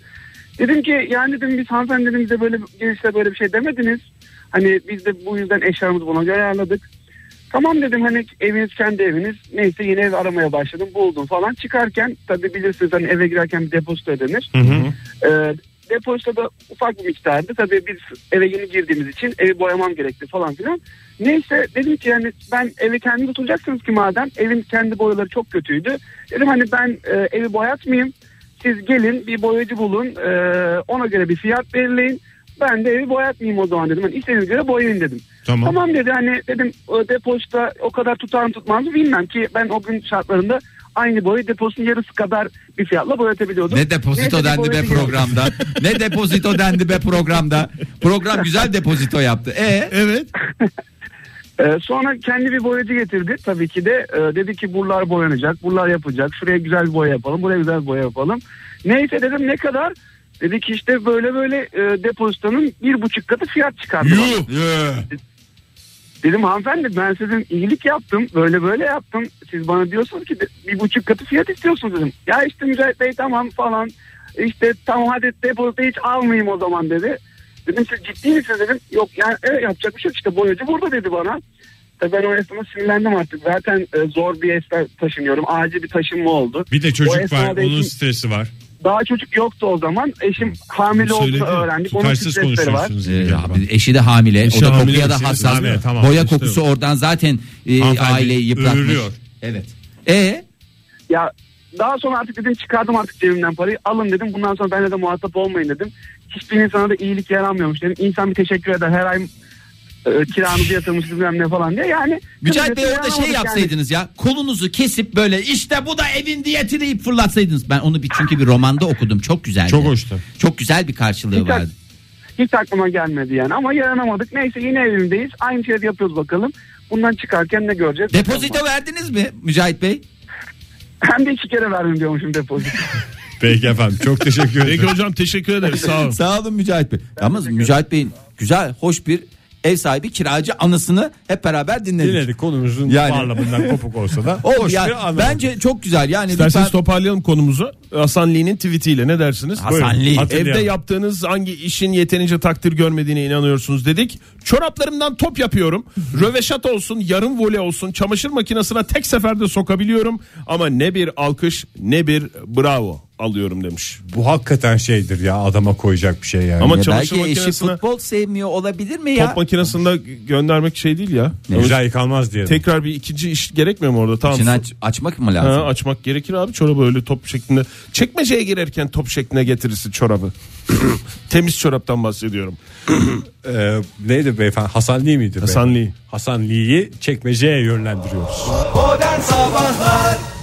S10: Dedim ki yani dedim biz hanımefendi dedim bize böyle girişte böyle bir şey demediniz. Hani biz de bu yüzden eşyalarımızı buna göre ayarladık. Tamam dedim hani eviniz kendi eviniz. Neyse yeni ev aramaya başladım buldum falan. Çıkarken tabii bilirsiniz hani eve girerken bir depozito ödenir. Ee, depozito da ufak bir miktardı. Tabii biz eve yeni girdiğimiz için evi boyamam gerekti falan filan. Neyse dedim ki yani ben evi kendi oturacaksınız ki madem evin kendi boyaları çok kötüydü. Dedim hani ben e, evi boyatmayayım. Siz gelin bir boyacı bulun e, ona göre bir fiyat belirleyin. Ben de evi boyatmayayım o zaman dedim. Hani istediğiniz göre boyayın dedim.
S8: Tamam.
S10: Tamam dedi hani dedim e, depozita o kadar tutar mı tutmaz mı bilmem ki ben o gün şartlarında aynı boyu deposunun yarısı kadar bir fiyatla boyatabiliyordum.
S4: Ne depozito
S10: Neyse,
S4: dendi be
S10: depozito geldi.
S4: programda. ne depozito dendi be programda. Program güzel depozito yaptı. E
S8: Evet.
S10: Ee, sonra kendi bir boyacı getirdi tabii ki de. Ee, dedi ki buralar boyanacak, buralar yapacak. Şuraya güzel bir boya yapalım, buraya güzel bir boya yapalım. Neyse dedim ne kadar? Dedi ki işte böyle böyle e, depozitonun bir buçuk katı fiyat çıkardı. bana. Dedim hanımefendi ben sizin iyilik yaptım böyle böyle yaptım. Siz bana diyorsunuz ki de- bir buçuk katı fiyat istiyorsunuz dedim. Ya işte Mücahit Bey tamam falan. İşte tamam hadi depozito hiç almayayım o zaman dedi. Dedim siz ciddi misiniz dedim. Yok yani evet, yapacak bir şey yok işte boyacı burada dedi bana. Tabii ben o esnada sinirlendim artık. Zaten e, zor bir esna taşınıyorum. Acil bir taşınma oldu.
S3: Bir de
S10: O
S3: çocuk var
S10: esnada
S3: onun
S10: eşim-
S3: stresi var.
S10: Daha çocuk yoktu o zaman. Eşim hamile olduğunu öğrendik. Onun
S3: Tutarsız
S10: stresleri var.
S3: konuşuyorsunuz.
S4: Ee,
S3: gibi
S4: abi, eşi de hamile. o da
S8: hamile,
S4: kokuya da
S8: eşiniz
S4: hassas.
S3: hamile, tamam.
S4: Boya
S8: İşte
S4: kokusu oradan zaten e,
S3: Hanımefendi
S4: aileyi yıpratmış.
S3: övülüyor.
S4: Evet. E
S10: Ya Daha sonra artık dedim çıkardım artık cebimden parayı. Alın dedim. Bundan sonra benimle de muhatap olmayın dedim. Hiçbir insana da iyilik yaramıyormuş dedim. İnsan bir teşekkür eder. Her ay e, kiranızı yatırmışız bilmem ne falan diye. Yani
S4: Mücahit
S10: kısacası
S4: Bey orada şey
S10: yaramadık yani.
S4: yapsaydınız ya kolunuzu kesip böyle işte bu da evin diyeti deyip fırlatsaydınız. Ben onu bir çünkü bir romanda okudum çok güzeldi.
S8: Çok hoştu.
S4: Çok güzel bir karşılığı
S10: Güzel.
S4: vardı.
S10: Hiç aklıma gelmedi yani ama yaranamadık. Neyse yine evimdeyiz. Aynı şeyleri yapıyoruz bakalım. Bundan çıkarken ne göreceğiz?
S4: Depozito verdiniz mi Mücahit Bey?
S10: Hem de iki kere verdim diyormuşum depozito.
S3: Peki efendim çok
S8: Peki
S3: teşekkür ederim.
S8: hocam teşekkür ederiz sağ olun.
S4: Sağ olun Mücahit Bey. Yalnız Mücahit Bey'in güzel hoş bir ev sahibi kiracı anısını hep beraber dinledik.
S3: Dinledik konumuzun
S4: Yani.
S3: bağlamından kopuk olsa da.
S4: O
S3: hoş
S4: yani
S3: bir anı.
S4: bence çok güzel yani
S8: İsterseniz
S4: lütfen-
S8: toparlayalım konumuzu. Hasan Lee'nin tweetiyle ne dersiniz?
S4: Hasan Lee.
S8: Evde
S3: Hatırlayalım.
S8: yaptığınız hangi işin yeterince takdir görmediğine inanıyorsunuz dedik. Çoraplarımdan top yapıyorum. Röveşat olsun, yarım voley olsun. Çamaşır makinesine tek seferde sokabiliyorum. Ama ne bir alkış ne bir bravo alıyorum demiş.
S3: Bu hakikaten şeydir ya adama koyacak bir şey yani.
S8: Ama
S4: Ya
S8: çamaşır
S4: belki eşi
S8: makinesine
S4: futbol sevmiyor olabilir mi ya?
S8: top makinesinde göndermek şey değil ya.
S3: güzel yıkanmaz diyelim.
S8: Tekrar bir ikinci iş gerekmiyor mu orada? Tamam.
S4: İçini aç- açmak mı lazım?
S8: Ha, açmak gerekir abi çorabı öyle top şeklinde. Çekmeceye girerken top şekline getirirsin çorabı. Temiz çoraptan bahsediyorum.
S3: Ee, neydi beyefendi? Hasan Lee miydi?
S8: Hasan
S3: beyefendi?
S8: Lee.
S3: Hasan Lee'yi çekmeceye yönlendiriyoruz.
S2: Modern Sabahlar